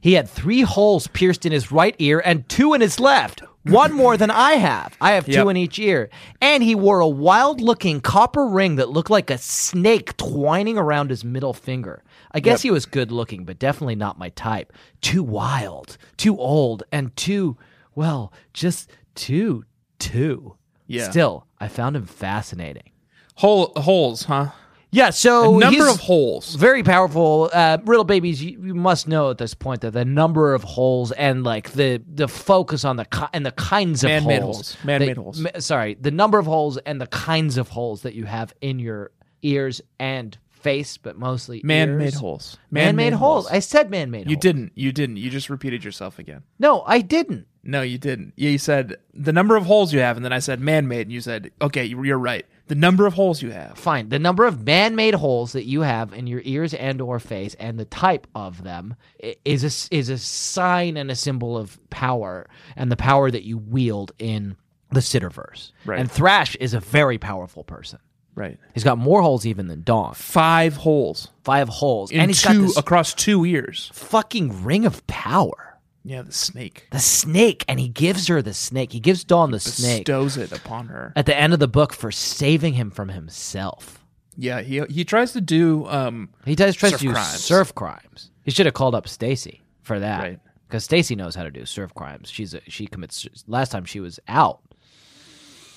S6: He had three holes pierced in his right ear and two in his left. One more than I have. I have
S4: Yep.
S6: two in each ear. And he wore a wild looking copper ring that looked like a snake twining around his middle finger. I guess he was good looking, but definitely not my type. Too wild, too old, and too, well, just too, too.
S4: Yeah.
S6: Still, I found him fascinating.
S4: Hole holes, huh?
S6: Yeah, so
S4: A number
S6: Oh, he's
S4: of holes.
S6: Very powerful. Uh, Riddle babies, you, you must know at this point that the number of holes and like the the focus on the ki- and the kinds of
S4: Man-made
S6: holes,
S4: holes. Man-made
S6: that-
S4: holes.
S6: ma- sorry, the number of holes and the kinds of holes that you have in your ears and face, but mostly
S4: Man-made
S6: ears.
S4: holes.
S6: Man-made, holes. I said man-made.
S4: You
S6: holes.
S4: didn't. You didn't. You just repeated yourself again.
S6: No, I didn't.
S4: No, you didn't. You said the number of holes you have, and then I said man-made, and you said, okay, you- you're right. The number of holes you have.
S6: Fine. The number of man-made holes that you have in your ears and/or face, and the type of them, i- is a s- is a sign and a symbol of power, and the power that you wield in the Sitterverse.
S4: Right.
S6: And Thrash is a very powerful person.
S4: Right.
S6: He's got more holes even than Dawn.
S4: Five holes
S6: Five holes,
S4: in
S6: and he's got
S4: two
S6: this
S4: across two ears.
S6: fucking ring of power.
S4: Yeah, the snake
S6: The snake, and he gives her the snake. He gives Dawn the snake
S4: bestows it upon her.
S6: at the end of the book for saving him from himself.
S4: Yeah, he he tries to do um
S6: He does tries
S4: Surf
S6: to do
S4: crimes.
S6: surf crimes. He should have called up Stacy for that,
S4: Right.
S6: Because Stacy knows how to do surf crimes. She's a, she commits. Last time she was out.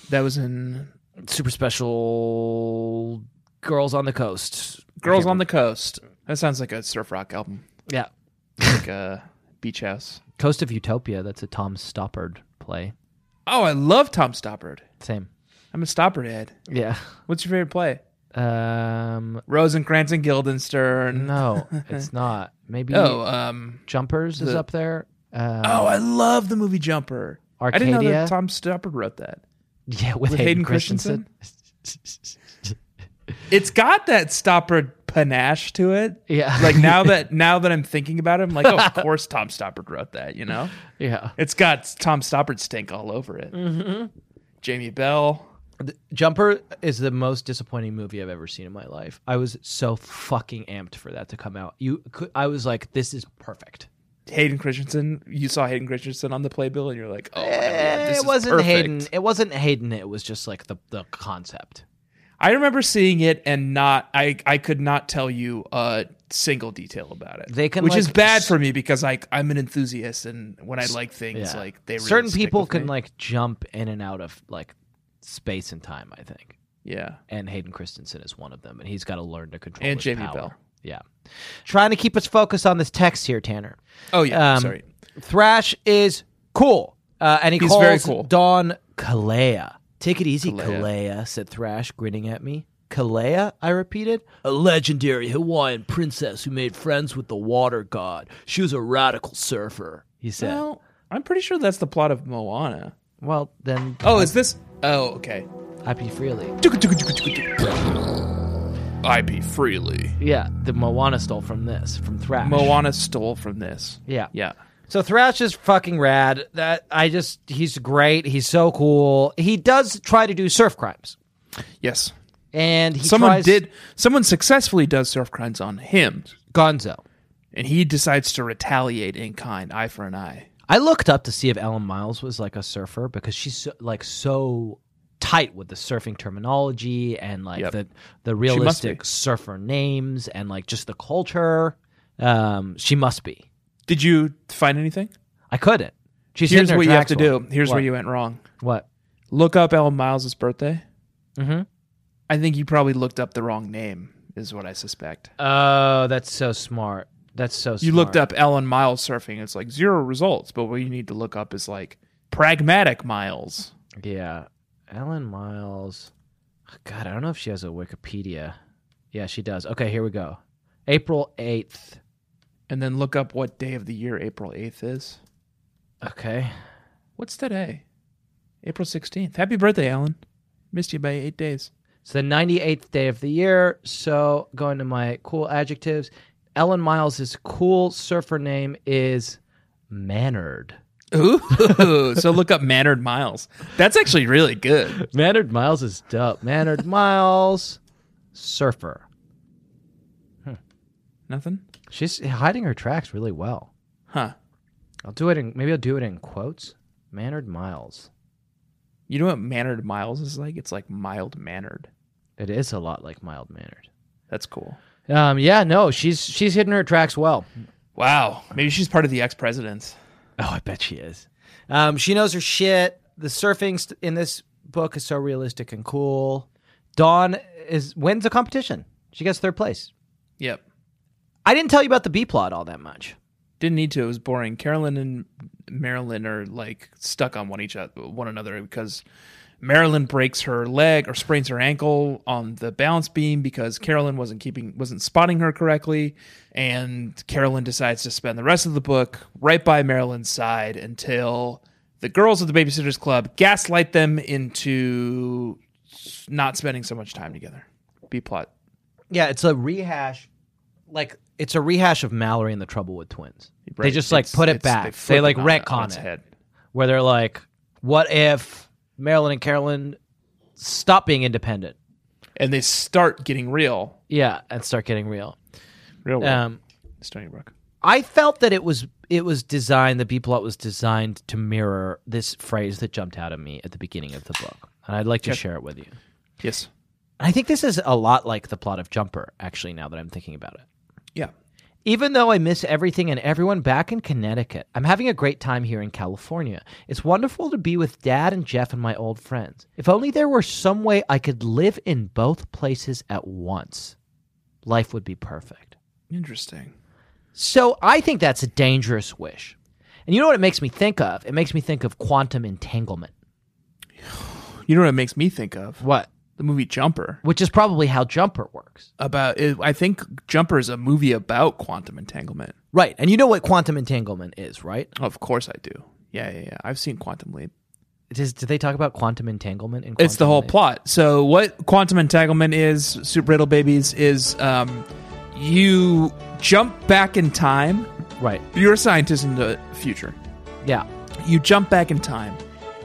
S4: that was in
S6: Super special girls on the coast.
S4: Girls on the Coast. That sounds like a surf rock album,
S6: Yeah,
S4: like a beach house.
S6: Coast of Utopia. That's a Tom Stoppard *laughs* play.
S4: Oh, I love Tom Stoppard.
S6: Same.
S4: I'm a Stoppard head.
S6: Yeah.
S4: What's your favorite play?
S6: Um.
S4: Rosencrantz and Guildenstern. *laughs*
S6: No, it's not. Maybe.
S4: Oh, um,
S6: Jumpers is up there. Uh,
S4: oh, I love the movie Jumper. I didn't know
S6: Arcadia?
S4: that Tom Stoppard wrote that.
S6: yeah, with,
S4: with Hayden
S6: Hayden, Christensen. *laughs*
S4: It's got that Stoppard panache to it.
S6: *laughs* Yeah.
S4: Like now that now that I'm thinking about it, I'm like, oh, of course Tom Stoppard wrote that. You know,
S6: yeah,
S4: it's got Tom Stoppard stink all over it. Mm-hmm. Jamie Bell.
S6: Jumper is the most disappointing movie I've ever seen in my life. I was so fucking amped for that to come out. You, could, I was like, this is perfect.
S4: Hayden Christensen. You saw Hayden Christensen on the playbill, and you're like, "Oh, my God, this
S6: Eh, it
S4: is
S6: wasn't
S4: perfect.
S6: Hayden. It wasn't Hayden. It was just like the the concept.
S4: I remember seeing it and not. I I could not tell you a single detail about it.
S6: They can,
S4: which is
S6: like,
S4: bad
S6: s-
S4: for me because I I'm an enthusiast, and when I like things,
S6: Yeah.
S4: like they really
S6: certain
S4: stick
S6: people
S4: with
S6: can
S4: me.
S6: like jump in and out of like space and time. I think,
S4: yeah.
S6: and Hayden Christensen is one of them, and he's got to learn to control
S4: And
S6: his
S4: Jamie
S6: power.
S4: Bell.
S6: Yeah, trying to keep us focused on this text here, Tanner.
S4: Oh yeah,
S6: Um,
S4: sorry.
S6: Thrash is cool, uh, and he
S4: He's
S6: calls
S4: very cool.
S6: Dawn Kalea. Take it easy,
S4: Kalea.
S6: Kalea, said Thrash, grinning at me. Kalea, I repeated. A legendary Hawaiian princess who made friends with the water god. She was a radical surfer, he said. Well,
S4: Well, I'm pretty sure that's the plot of Moana.
S6: then,
S4: Oh, is this? Oh, okay.
S6: happy freely.
S4: IP freely.
S6: Yeah, the Moana stole from this, from Thrash.
S4: Moana stole from this.
S6: Yeah.
S4: Yeah.
S6: So Thrash is fucking rad. That I just he's great. He's so cool. He does try to do surf crimes.
S4: Yes.
S6: And he
S4: Someone
S6: tries-
S4: did. Someone successfully does surf crimes on him.
S6: Gonzo.
S4: and he decides to retaliate in kind, eye for an eye.
S6: I looked up to see if Ellen Miles was like a surfer because she's so, like so tight with the surfing terminology and like
S4: Yep.
S6: the the
S4: be.
S6: realistic surfer names and like just the culture. Um, she must be.
S4: Did you find anything?
S6: I couldn't. She's
S4: Here's
S6: hitting her
S4: what you have
S6: tracks
S4: to
S6: well.
S4: do. Here's
S6: what
S4: where you went wrong.
S6: What?
S4: Look up Ellen Miles' birthday.
S6: Mhm.
S4: I think you probably looked up the wrong name, is what I suspect.
S6: Oh, that's so smart. That's so. smart.
S4: You looked up Ellen Miles surfing. It's like zero results, but what you need to look up is like pragmatic miles.
S6: Yeah, Ellen Miles. oh, God, I don't know if she has a Wikipedia. Yeah, she does. Okay, here we go. April eighth.
S4: And then look up what day of the year April 8th is.
S6: Okay.
S4: What's today? April 16th. Happy birthday, Ellen. Missed you by eight days.
S6: It's the 98th day of the year. So, going to my cool adjectives, Ellen Miles' cool surfer name is Mannard.
S4: Ooh, *laughs* so look up Mannered Miles. That's actually really good.
S6: Mannard Miles is dope. *laughs* Mannard Miles, surfer.
S4: Nothing?
S6: She's hiding her tracks really well.
S4: Huh.
S6: I'll do it in, maybe I'll do it in quotes. Mannard Miles.
S4: You know what Mannered Miles is like? It's like mild mannered.
S6: It is a lot like mild mannered.
S4: That's cool.
S6: Um, yeah, no, she's she's hitting her tracks well.
S4: Wow. Maybe she's part of the ex presidents.
S6: Oh, I bet she is. Um, she knows her shit. The surfing st- in this book is so realistic and cool. Dawn is wins the competition. She gets third place.
S4: Yep.
S6: I didn't tell you about the B plot all that much.
S4: Didn't need to. It was boring. Carolyn and Marilyn are like stuck on one each other, one another because Marilyn breaks her leg or sprains her ankle on the balance beam because Carolyn wasn't keeping wasn't spotting her correctly, and Carolyn decides to spend the rest of the book right by Marilyn's side until the girls of the Babysitters Club gaslight them into not spending so much time together. B plot.
S6: Yeah, it's a rehash. Like it's a rehash of Mallory and the Trouble with Twins. They
S4: Right.
S6: just like
S4: It's-
S6: put it
S4: it's-
S6: back. They,
S4: flip
S6: like
S4: it on it- on
S6: retcon
S4: its
S6: it,
S4: head.
S6: where they're like, "What if Marilyn and Carolyn stop being independent?
S4: and they start getting real.
S6: Yeah, and start getting real."
S4: Real world.
S6: Um,
S4: Stony Brook.
S6: I felt that it was it was designed. The B plot was designed to mirror this phrase that jumped out at me at the beginning of the book, and I'd like to share it with you.
S4: Yes.
S6: I think this is a lot like the plot of Jumper. Actually, now that I'm thinking about it.
S4: Yeah.
S6: Even though I miss everything and everyone back in Connecticut, I'm having a great time here in California. It's wonderful to be with Dad and Jeff and my old friends. If only there were some way I could live in both places at once, life would be perfect.
S4: Interesting.
S6: So I think that's a dangerous wish. And you know what it makes me think of? It makes me think of quantum entanglement.
S4: You know what it makes me think of?
S6: What?
S4: The movie Jumper.
S6: Which is probably how Jumper works.
S4: About it, I think Jumper is a movie about quantum entanglement.
S6: Right. And you know what quantum entanglement is, right?
S4: Of course I do. Yeah, yeah, yeah. I've seen Quantum Leap.
S6: Does, do they talk about quantum entanglement? In
S4: It's the
S6: Quantum
S4: whole
S6: Leap?
S4: plot. So what quantum entanglement is, Super Riddle Babies, is um, you jump back in time.
S6: Right.
S4: You're a scientist in the future.
S6: Yeah.
S4: you jump back in time.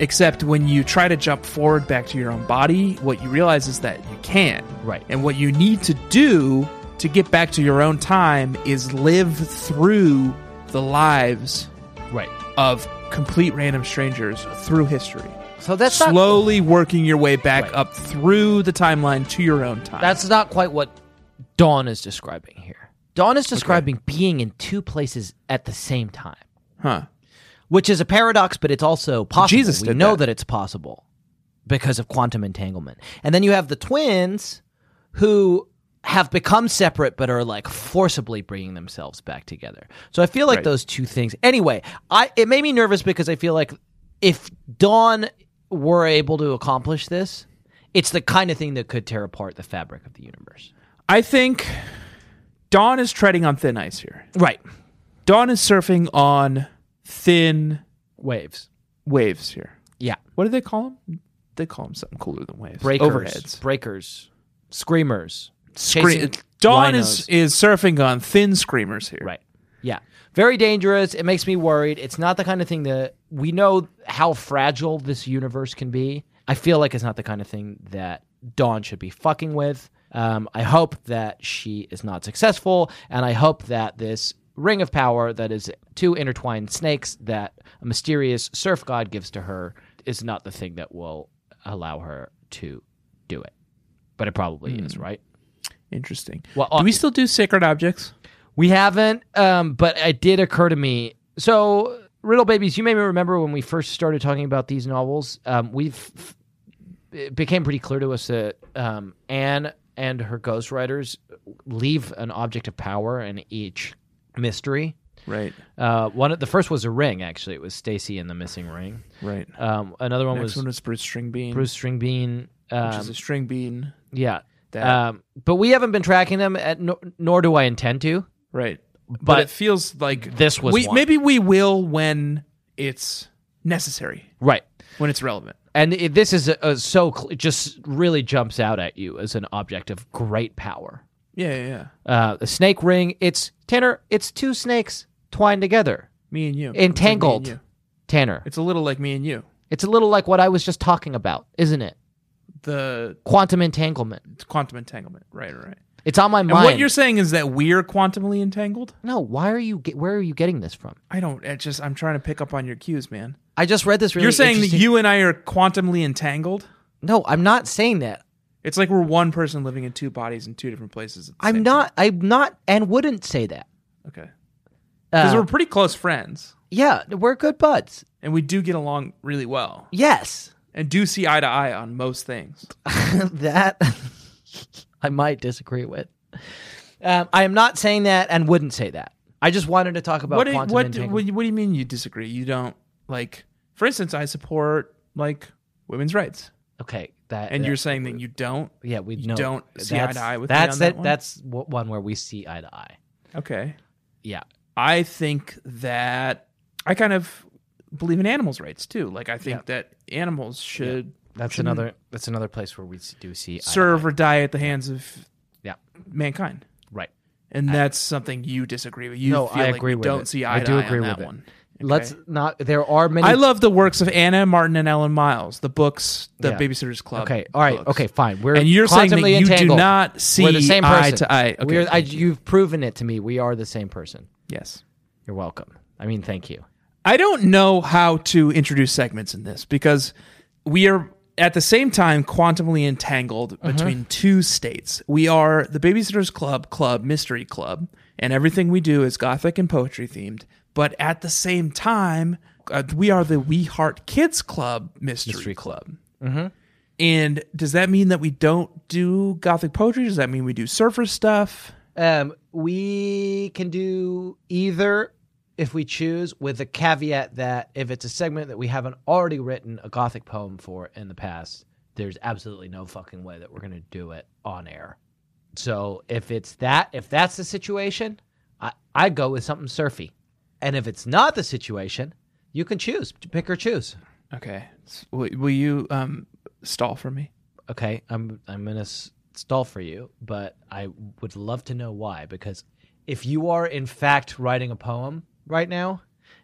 S4: Except when you try to jump forward back to your own body, what you realize is that you can't.
S6: Right.
S4: And what you need to do to get back to your own time is live through the lives
S6: Right.
S4: of complete random strangers through history.
S6: So that's not-
S4: Slowly working your way back
S6: Right.
S4: up through the timeline to your own time.
S6: That's not quite what Dawn is describing here. Dawn is describing being in two places at the same time,
S4: huh.
S6: which is a paradox, but it's also possible.
S4: Jesus
S6: we
S4: did
S6: know
S4: that.
S6: that. it's possible because of quantum entanglement. And then you have the twins who have become separate but are like forcibly bringing themselves back together. So I feel like
S4: Right.
S6: those two things. Anyway, I it made me nervous because I feel like if Dawn were able to accomplish this, it's the kind of thing that could tear apart the fabric of the universe.
S4: I think Dawn is treading on thin ice here.
S6: Right.
S4: Dawn is surfing on thin
S6: Waves.
S4: waves here.
S6: Yeah.
S4: What do they call them? They call them something cooler than waves.
S6: Breakers.
S4: Overheads.
S6: Breakers. Screamers.
S4: Scre-
S6: Chasing
S4: Dawn
S6: rhinos.
S4: is, is surfing on thin screamers here.
S6: Right. Yeah. Very dangerous. It makes me worried. It's not the kind of thing that we know how fragile this universe can be. I feel like it's not the kind of thing that Dawn should be fucking with. Um, I hope that she is not successful, and I hope that this ring of power that is two intertwined snakes that a mysterious surf god gives to her is not the thing that will allow her to do it. But it probably is, right?
S4: Interesting.
S6: Well, uh,
S4: do we still do sacred objects?
S6: We haven't, um, but it did occur to me. So, Riddle Babies, you may remember when we first started talking about these novels. Um, we've it became pretty clear to us that um, Anne and her ghostwriters leave an object of power in each mystery.
S4: Right.
S6: Uh, one, the first was a ring. Actually, it was Stacy and the missing ring.
S4: Right.
S6: Um, another one
S4: Next
S6: was
S4: one is Bruce String Bean,
S6: Bruce Stringbean.
S4: which
S6: Um,
S4: is a string bean.
S6: yeah,
S4: that.
S6: um, but we haven't been tracking them, at, nor, nor do I intend to.
S4: Right. But,
S6: but
S4: it feels like
S6: this was
S4: we,
S6: one.
S4: Maybe we will when it's necessary,
S6: Right.
S4: when it's relevant.
S6: And it, this is a, a so cl- it just really jumps out at you as an object of great power.
S4: Yeah, yeah, yeah.
S6: Uh, a snake ring. It's Tanner. It's two snakes twined together,
S4: Me and you. It's like me and
S6: entangled.
S4: you.
S6: Tanner,
S4: It's a little like me and you.
S6: it's a little like what I was just talking about, isn't it?
S4: The
S6: Quantum entanglement.
S4: quantum entanglement. Right, right.
S6: It's on my
S4: And
S6: mind.
S4: what you're saying is that we're quantumly entangled?
S6: no, why are you? Get, where are you getting this from?
S4: I don't. It just I'm trying to pick up on your cues, man.
S6: I just read this. Really
S4: You're saying that
S6: interesting-
S4: you and I are quantumly entangled.
S6: No, I'm not saying that.
S4: It's like we're one person living in two bodies in two different places. At the
S6: I'm
S4: same
S6: not. I'm not, and wouldn't say that.
S4: time. okay because
S6: Uh,
S4: we're pretty close friends
S6: yeah, we're good buds.
S4: and we do get along really well
S6: Yes,
S4: and do see eye to eye on most things.
S6: *laughs* that I might disagree with. Um, I am not saying that and wouldn't say that. I just wanted to talk about
S4: What do,
S6: quantum
S4: what, do,
S6: entanglement.
S4: what do you- what do you mean you disagree? You don't like, for instance, I support like women's rights.
S6: Okay, that
S4: And
S6: that-
S4: you're saying that you don't?
S6: yeah we
S4: you
S6: know-
S4: don't see eye
S6: that's-
S4: to eye with me
S6: that's
S4: on that one?
S6: that's w- one where we see eye to eye.
S4: Okay.
S6: Yeah,
S4: I think that I kind of believe in animals' rights too. Like I think that animals should
S6: that's
S4: shouldn't
S6: another that's another place where we s- do see eye to
S4: serve
S6: eye.
S4: or die at the hands of
S6: Yeah,
S4: mankind.
S6: right.
S4: And that's something you disagree with. You
S6: no,
S4: feel
S6: I
S4: like
S6: agree
S4: you
S6: with
S4: don't
S6: it.
S4: see eye
S6: I
S4: to
S6: do
S4: eye
S6: agree
S4: on
S6: with
S4: that
S6: it.
S4: one.
S6: Let's
S4: Okay.
S6: not. There are many.
S4: I love the works of Anna Martin and Ellen Miles, the books, the
S6: Yeah.
S4: Babysitters Club.
S6: Okay, all right,
S4: books.
S6: okay, fine. We're
S4: and you're saying that
S6: constantly
S4: you do
S6: entangled.
S4: not see
S6: We're the same
S4: eye
S6: person.
S4: to eye. Okay,
S6: We're- I,
S4: thank you.
S6: you've proven it to me. We are the same person.
S4: yes.
S6: You're welcome. I mean, thank you.
S4: I don't know how to introduce segments in this because we are at the same time quantumly entangled between two states. We are the Babysitters Club, Club, Mystery Club, and everything we do is gothic and poetry themed. But at the same time, uh, we are the We Heart Kids Club, Mystery, Club. Mm-hmm. And does that mean that we don't do gothic poetry? Does that mean we do surfer stuff?
S6: Um, we can do either if we choose, with the caveat that if it's a segment that we haven't already written a gothic poem for in the past, there's absolutely no fucking way that we're going to do it on air. So if it's that, if that's the situation, I, I go with something surfy. And if it's not the situation, you can choose, pick or choose.
S4: Okay. S- Will, will you um, stall for me?
S6: okay, I'm I'm gonna s- stall for you, but I would love to know why. Because if you are in fact writing a poem right now,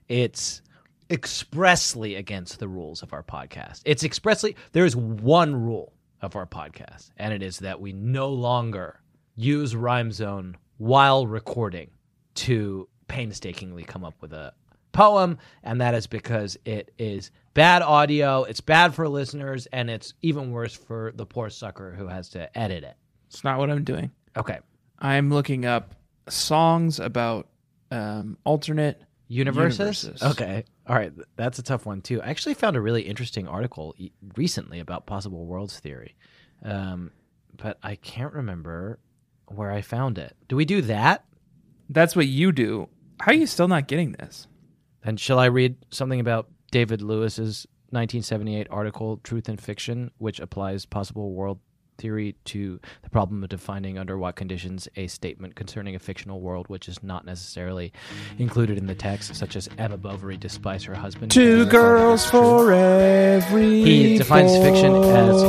S6: it's expressly against the rules of our podcast. It's expressly there is one rule of our podcast, and it is that we no longer use Rhyme Zone while recording to painstakingly come up with a poem, and that is because it is bad audio, it's bad for listeners, and it's even worse for the poor sucker who has to edit it.
S4: It's not what I'm doing.
S6: Okay.
S4: I'm looking up songs about um, alternate
S6: Universes?
S4: Universes.
S6: Okay. All right. Th- That's a tough one, too. I actually found a really interesting article e- recently about possible worlds theory, um, but I can't remember where I found it. Do we do that?
S4: That's what you do. How are you still not getting this?
S6: And shall I read something about David Lewis's 1978 article, Truth and Fiction, which applies possible world theory to the problem of defining under what conditions a statement concerning a fictional world which is not necessarily included in the text, such as Emma Bovary despises her husband.
S4: Two girls for every.
S6: He defines fiction as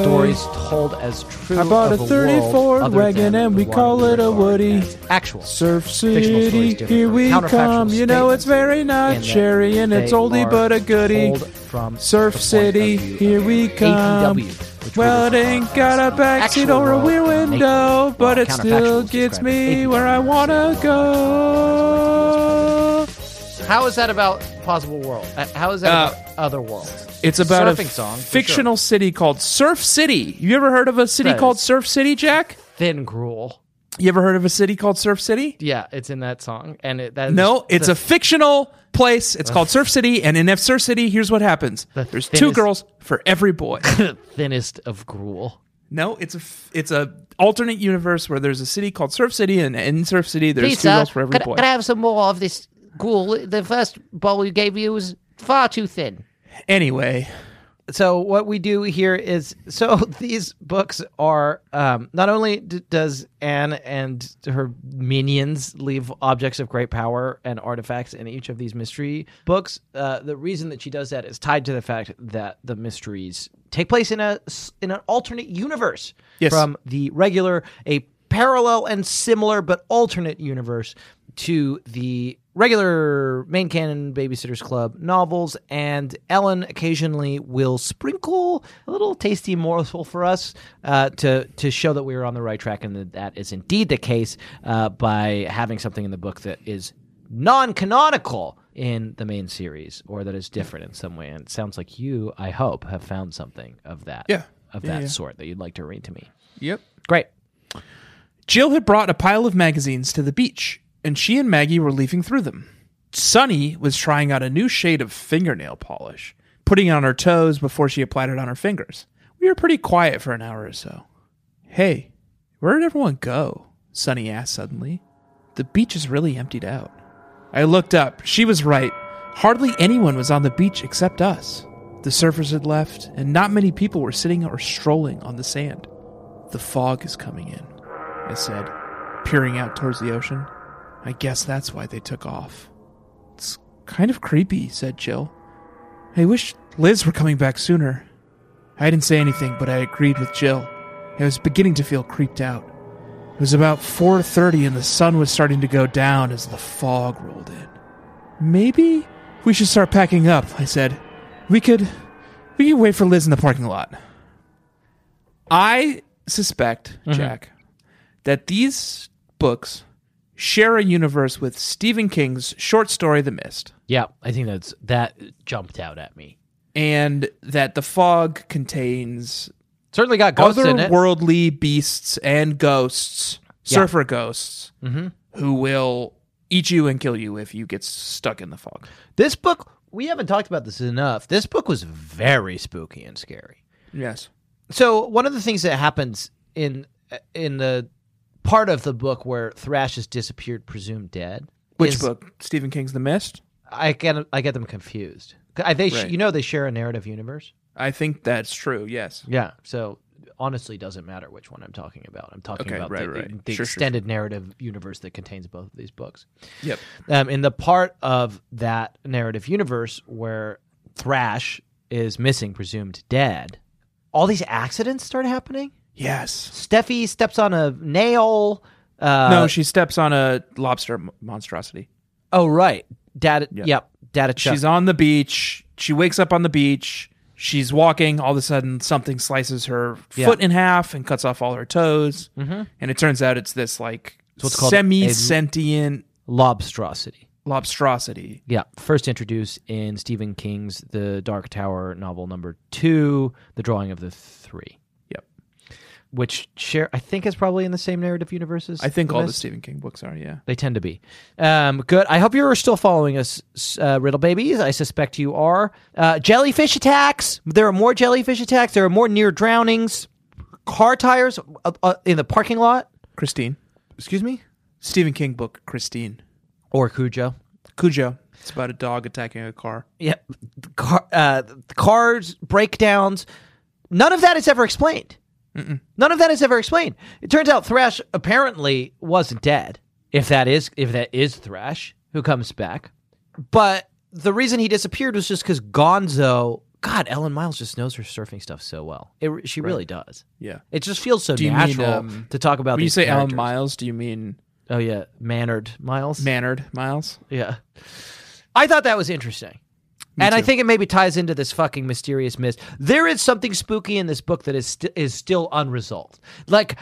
S6: stories told as true.
S4: I bought
S6: of
S4: a
S6: the world
S4: 34
S6: other
S4: wagon
S6: than
S4: and
S6: the
S4: we
S6: one
S4: call it a
S6: regarded
S4: Woody.
S6: as Actual.
S4: Surf
S6: Fictional stories
S4: City,
S6: differ
S4: here
S6: from
S4: we
S6: counterfactual
S4: come. You know it's
S6: statements
S4: very not
S6: in that
S4: cherry and it's
S6: they
S4: oldie
S6: are
S4: but a goodie.
S6: told from
S4: Surf
S6: the point of
S4: City,
S6: view of
S4: here we
S6: ATW,
S4: come.
S6: which
S4: Well, it
S6: refers to
S4: ain't got a backseat
S6: actual
S4: or a
S6: world
S4: rear
S6: naked,
S4: window,
S6: while
S4: but it still
S6: counterfactuals
S4: gets
S6: describe
S4: me
S6: ATW
S4: where I
S6: as a
S4: wanna
S6: world
S4: go.
S6: How is that about possible world? Uh, How is that about other worlds?
S4: It's about a
S6: Surfing song, for sure.
S4: fictional city called Surf City. You ever heard of a city
S6: That
S4: called
S6: is-
S4: Surf City, Jack?
S6: Thin gruel.
S4: You ever heard of a city called Surf City?
S6: Yeah, it's in that song, and it, that is
S4: No, it's
S6: the- Uh.
S4: a fictional place. It's called Surf City, and in F Surf City, here's what happens:
S6: The
S4: there's two
S6: thinnest-
S4: girls for every
S6: *laughs*
S4: boy.
S6: the thinnest of gruel.
S4: no, it's a f- it's a alternate universe where there's a city called Surf City, and in Surf City, there's two girls for every boy.
S6: have some more of this gruel? The first bowl you gave me was far too thin.
S4: anyway,
S6: so what we do here is *laughs* so these books are um, not only d- does Anne and her minions leave objects of great power and artifacts in each of these mystery books. Uh, the reason that she does that is tied to the fact that the mysteries take place in a s- in an alternate universe
S4: Yes.
S6: from the regular a parallel and similar but alternate universe to the regular main canon babysitters club novels and ellen occasionally will sprinkle a little tasty morsel for us uh, to, to show that we are on the right track and that that is indeed the case uh, by having something in the book that is non-canonical in the main series or that is different in some way and it sounds like you i hope have found something of that
S4: Yeah.
S6: of
S4: Yeah,
S6: that
S4: yeah.
S6: sort that you'd like to read to me
S4: yep.
S6: Great.
S4: Jill had brought a pile of magazines to the beach, and she and Maggie were leafing through them. Sunny was trying out a new shade of fingernail polish, putting it on her toes before she applied it on her fingers. We were pretty quiet for an hour or so. Hey, where did everyone go? Sunny asked suddenly. The beach is really emptied out. I looked up. She was right. Hardly anyone was on the beach except us. The surfers had left, and not many people were sitting or strolling on the sand. The fog is coming in, I said, peering out towards the ocean. I guess that's why they took off. It's kind of creepy, said Jill. I wish Liz were coming back sooner. I didn't say anything, but I agreed with Jill. I was beginning to feel creeped out. It was about 4:30 and the sun was starting to go down as the fog rolled in. Maybe we should start packing up, I said. We could we could wait for Liz in the parking lot. I suspect, Jack, that these books share a universe with Stephen King's short story The Mist
S6: Yeah, I think that's that jumped out at me.
S4: and that The Fog contains
S6: Certainly got ghosts in it.
S4: otherworldly beasts and ghosts, surfer ghosts,
S6: Mm-hmm.
S4: who will eat you and kill you if you get stuck in the fog.
S6: this book, we haven't talked about this enough. This book was very spooky and scary.
S4: Yes.
S6: so one of the things that happens in in the part of the book where Thrash is disappeared, presumed dead.
S4: Which
S6: is-
S4: book? Stephen King's The Mist?
S6: I get I get them confused. I, they sh-
S4: Right.
S6: you know they share a narrative universe.
S4: I think that's true. Yes.
S6: Yeah. So honestly, doesn't matter which one I'm talking about. I'm talking
S4: Okay,
S6: about
S4: right,
S6: the,
S4: right.
S6: the
S4: Sure, sure, sure.
S6: extended narrative universe that contains both of these books.
S4: Yep.
S6: Um, in the part of that narrative universe where Thrash is missing, presumed dead, all these accidents start happening.
S4: Yes.
S6: Steffi steps on a nail. Uh,
S4: no, she steps on a lobster m- monstrosity.
S6: Oh, right. Data.
S4: Yeah.
S6: Yep. Data. Chuck.
S4: She's on the beach. She wakes up on the beach. She's walking. All of a sudden, something slices her
S6: Yeah.
S4: foot in half and cuts off all her toes. Mm-hmm. And it turns out it's this like
S6: what's called a-
S4: semi sentient
S6: Lobstrosity.
S4: lobstrosity.
S6: Yeah. First introduced in Stephen King's The Dark Tower novel number two, The Drawing of the Three,
S4: Yep.
S6: which share I think is probably in the same narrative universe as
S4: I think all the
S6: Mist.
S4: Stephen King books are, yeah.
S6: They tend to be. Um, good. I hope you're still following us, uh, Riddle Babies. I suspect you are. Uh, jellyfish attacks. There are more jellyfish attacks. There are more near drownings. Car tires uh, uh, in the parking lot.
S4: Christine.
S6: Excuse me?
S4: Stephen King book, Christine.
S6: Or Cujo.
S4: Cujo. It's about a dog attacking a car.
S6: Yeah. Car, uh, cars, breakdowns. None of that is ever explained. None of that is ever explained. It turns out Thrash apparently wasn't dead. If that is if that is Thrash who comes back, but the reason he disappeared was just because Gonzo. God, Ellen Miles just knows her surfing stuff so well. It, re- she really does.
S4: Yeah.
S6: It just feels so
S4: you mean,
S6: natural
S4: um,
S6: to talk about.
S4: When you
S6: these
S4: say Alan
S6: characters.
S4: Miles, do you mean
S6: oh yeah, Mannard Miles.
S4: Mannard Miles?
S6: Yeah. I thought that was interesting. and I think it maybe ties into this fucking mysterious mist. There is something spooky in this book that is st- is still unresolved. Like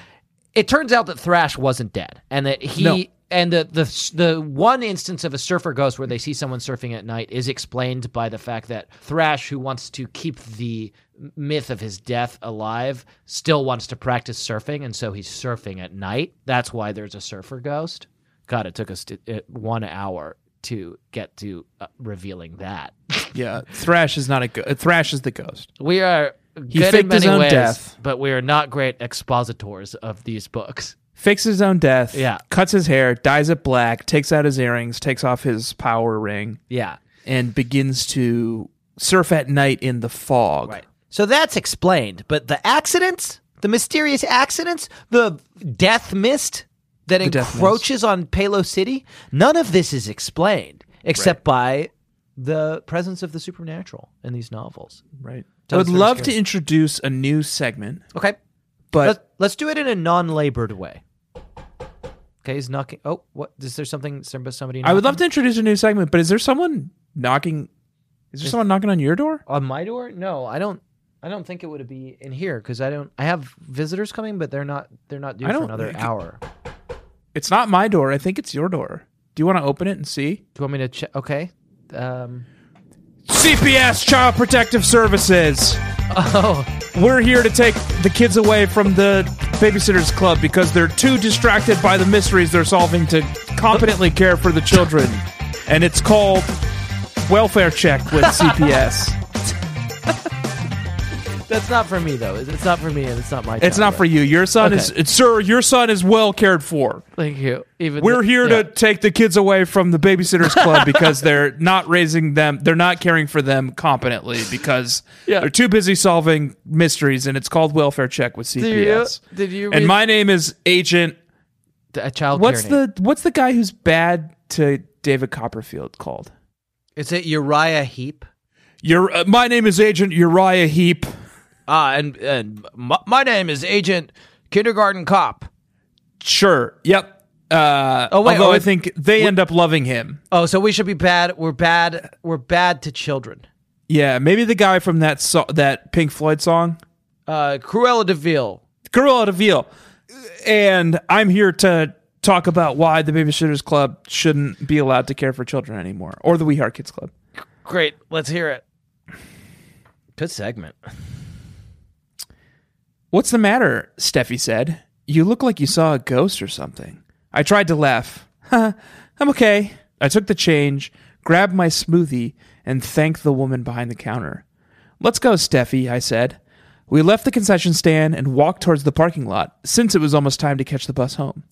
S6: it turns out that Thrash wasn't dead and that he
S4: No.
S6: and the, the the one instance of a surfer ghost where they see someone surfing at night is explained by the fact that Thrash who wants to keep the myth of his death alive still wants to practice surfing and so he's surfing at night. That's why there's a surfer ghost. God, it took us to, uh, one hour to get to uh, revealing that.
S4: Yeah. Thrash is not a go- Thrash is the ghost.
S6: We are
S4: He
S6: good in
S4: faked his
S6: many
S4: own
S6: ways,
S4: death.
S6: but we are not great expositors of these books.
S4: Fakes his own death.
S6: Yeah.
S4: Cuts his hair, dyes it black, takes out his earrings, takes off his power ring,
S6: Yeah,
S4: and begins to surf at night in the fog.
S6: right. So that's explained, but the accidents, the mysterious accidents, the death mist that
S4: death
S6: encroaches on Palo City, none of this is explained except by the presence of the supernatural in these novels.
S4: Right. I
S6: Tell
S4: would
S6: us what
S4: love
S6: it's
S4: to
S6: doing.
S4: introduce a new segment,
S6: Okay,
S4: but
S6: let's, let's do it in a non-labored way. Okay, he's knocking. Oh, what is there something? Somebody?
S4: I would
S6: knocking?
S4: love to introduce a new segment, but is there someone knocking? Is there someone knocking on your door?
S6: on my door no i don't i don't think it would be in here because i don't i have visitors coming but they're not they're not due
S4: I
S6: for
S4: don't
S6: another
S4: think-
S6: hour do
S4: It's not my door. I think it's your door. Do you want to open it and see?
S6: you want me to check okay um
S4: CPS Child Protective Services.
S6: oh
S4: We're here to take the kids away from the Babysitters Club because they're too distracted by the mysteries they're solving to competently care for the children. And it's called Welfare Check with CPS.
S6: That's not for me though. It's not for me, and it's not my.
S4: It's not for you. Your son is, it's- sir. Your son is well cared for.
S3: Thank you. Even
S4: We're
S3: th-
S4: here
S3: yeah.
S4: to take the kids away from the babysitters club *laughs* because they're not raising them. They're not caring for them competently because
S3: Yeah.
S4: they're too busy solving mysteries. And it's called welfare check with
S3: you-
S4: CPS.
S3: did you
S4: And
S3: read-
S4: my name is Agent.
S3: a child.
S4: What's the What's the guy who's bad to David Copperfield called?
S6: It's at Uriah Heap.
S4: Your uh, My name is Agent Uriah Heap.
S6: Ah, and and my, my name is Agent Kindergarten Cop.
S4: Sure. Yep. Uh,
S6: Oh, wait,
S4: although
S6: oh,
S4: I think they end up loving him.
S6: Oh, so we should be bad. We're bad. We're bad to children.
S4: Yeah, maybe the guy from that so- that Pink Floyd song,
S6: Uh, Cruella Deville.
S4: Gorilla DeVille. And I'm here to talk about why the Babysitters Club shouldn't be allowed to care for children anymore, or the We Heart Kids Club.
S6: Great. Let's hear it. Good segment. *laughs*
S4: What's the matter? Steffi said. You look like you saw a ghost or something. I tried to laugh. *laughs* Huh, I'm okay. I took the change, grabbed my smoothie, and thanked the woman behind the counter. Let's go, Steffi, I said. We left the concession stand and walked towards the parking lot, since it was almost time to catch the bus home.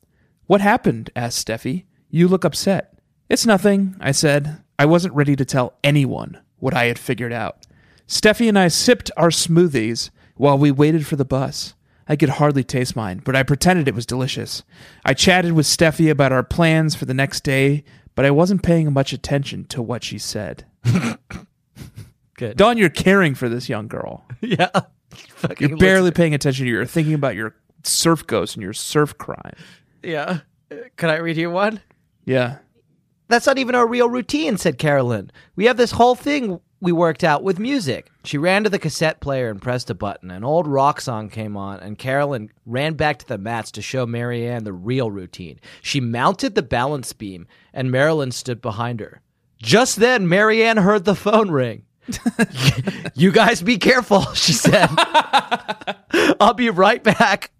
S4: What happened? asked Steffi. You look upset. It's nothing, I said. I wasn't ready to tell anyone what I had figured out. Steffi and I sipped our smoothies while we waited for the bus. I could hardly taste mine, but I pretended it was delicious. I chatted with Steffi about our plans for the next day, but I wasn't paying much attention to what she said.
S6: Good.
S4: Don, you're caring for this young girl.
S6: Yeah. *laughs* Fucking
S4: You're barely paying attention. You're thinking about your surf ghost and your surf crime.
S6: Yeah. Can I read you one?
S4: Yeah.
S6: That's not even our real routine, said Carolyn. We have this whole thing we worked out with music. She ran to the cassette player and pressed a button. An old rock song came on, and Carolyn ran back to the mats to show Marianne the real routine. She mounted the balance beam, and Marilyn stood behind her. Just then, Marianne heard the phone ring. you guys be careful, *laughs* she said.
S4: *laughs*
S6: I'll be right back.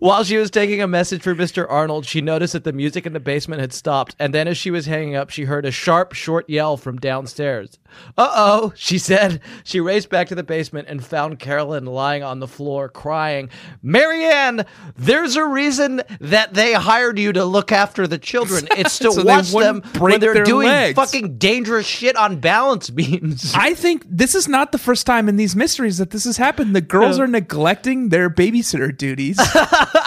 S6: While she was taking a message for Mr. Arnold, she noticed that the music in the basement had stopped, and then as she was hanging up, she heard a sharp, short yell from downstairs. Uh oh, she said. She raced back to the basement and found Carolyn lying on the floor crying, Marianne, there's a reason that they hired you to look after
S4: *laughs*
S6: the children. It's to
S4: So they
S6: watch them
S4: wouldn't
S6: when
S4: break
S6: they're
S4: their
S6: doing
S4: legs."
S6: fucking dangerous shit on balance beams.
S4: *laughs* I think this is not the first time in these mysteries that this has happened. The girls are neglecting their babysitter duties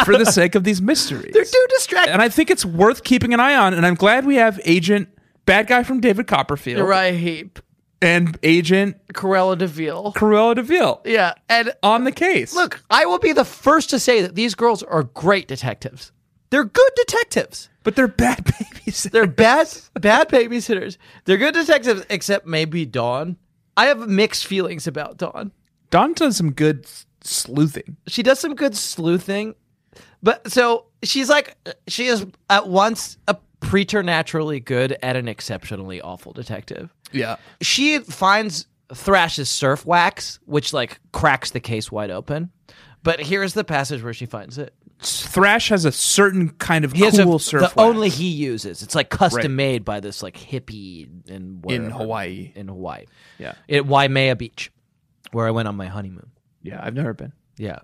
S4: for the
S6: *laughs*
S4: sake of these mysteries.
S6: They're too distracted.
S4: and I think it's worth keeping an eye on. And I'm glad we have Agent Bad Guy from David Copperfield
S3: Uriah Heep,
S4: and Agent
S3: Corella Deville?
S4: Cruella Deville
S3: Yeah, and
S4: on the case.
S6: Look, I will be the first to say that these girls are great detectives. They're good detectives.
S4: but they're bad *laughs* babies.
S6: They're bad bad babysitters. They're good detectives, except maybe Dawn. I have mixed feelings about Dawn.
S4: Don does some good s- sleuthing.
S6: She does some good sleuthing, but so she's like she is at once a preternaturally good and an exceptionally awful detective.
S4: Yeah.
S6: she finds Thrash's surf wax, which like cracks the case wide open. But here's the passage where she finds it.
S4: Thrash has a certain kind of
S6: He has a-
S4: cool surf
S6: the
S4: wax
S6: only he uses. It's like custom
S4: Right.
S6: made by this like hippie in wherever,
S4: in Hawaii.
S6: In Hawaii,
S4: Yeah.
S6: at Waimea Beach, where I went on my honeymoon.
S4: Yeah, I've never been.
S6: Yeah.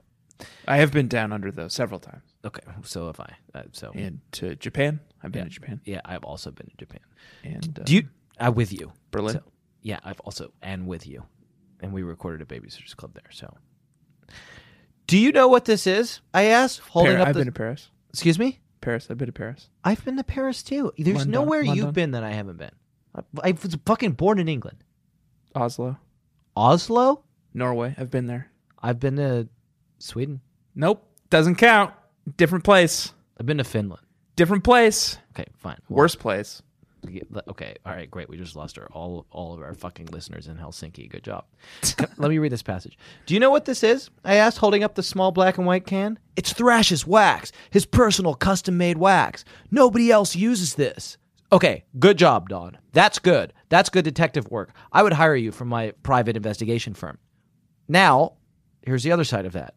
S4: I have been down under though several times.
S6: Okay. So have I. Uh, so yeah.
S4: and to Japan. I've been to Japan
S6: I've also been to Japan.
S4: and uh,
S6: Do you? Uh, with you,
S4: Berlin.
S6: So, yeah, I've also and with you, and we recorded a babysitters club there. So. Do you know what this is? I asked, holding
S4: Par-
S6: up
S4: I've
S6: the
S4: been to Paris.
S6: Excuse me?
S4: Paris. I've been to Paris.
S6: I've been to Paris too. There's
S4: London,
S6: nowhere
S4: London.
S6: you've been that I haven't been. I, I was fucking born in England.
S4: Oslo,
S6: Oslo?
S4: Norway. I've been there.
S6: I've been to Sweden.
S4: Nope, doesn't count. Different place.
S6: I've been to Finland.
S4: Different place.
S6: Okay, fine.
S4: Worst place.
S6: Yeah, le- Okay, all right, great. We just lost our all all of our fucking listeners in Helsinki. Good job. Let me read this passage. Do you know what this is? I asked, holding up the small black and white can. It's Thrash's wax, his personal custom made wax. Nobody else uses this. Okay, good job, Don. That's good. That's good detective work. I would hire you from my private investigation firm. Now, here's the other side of that.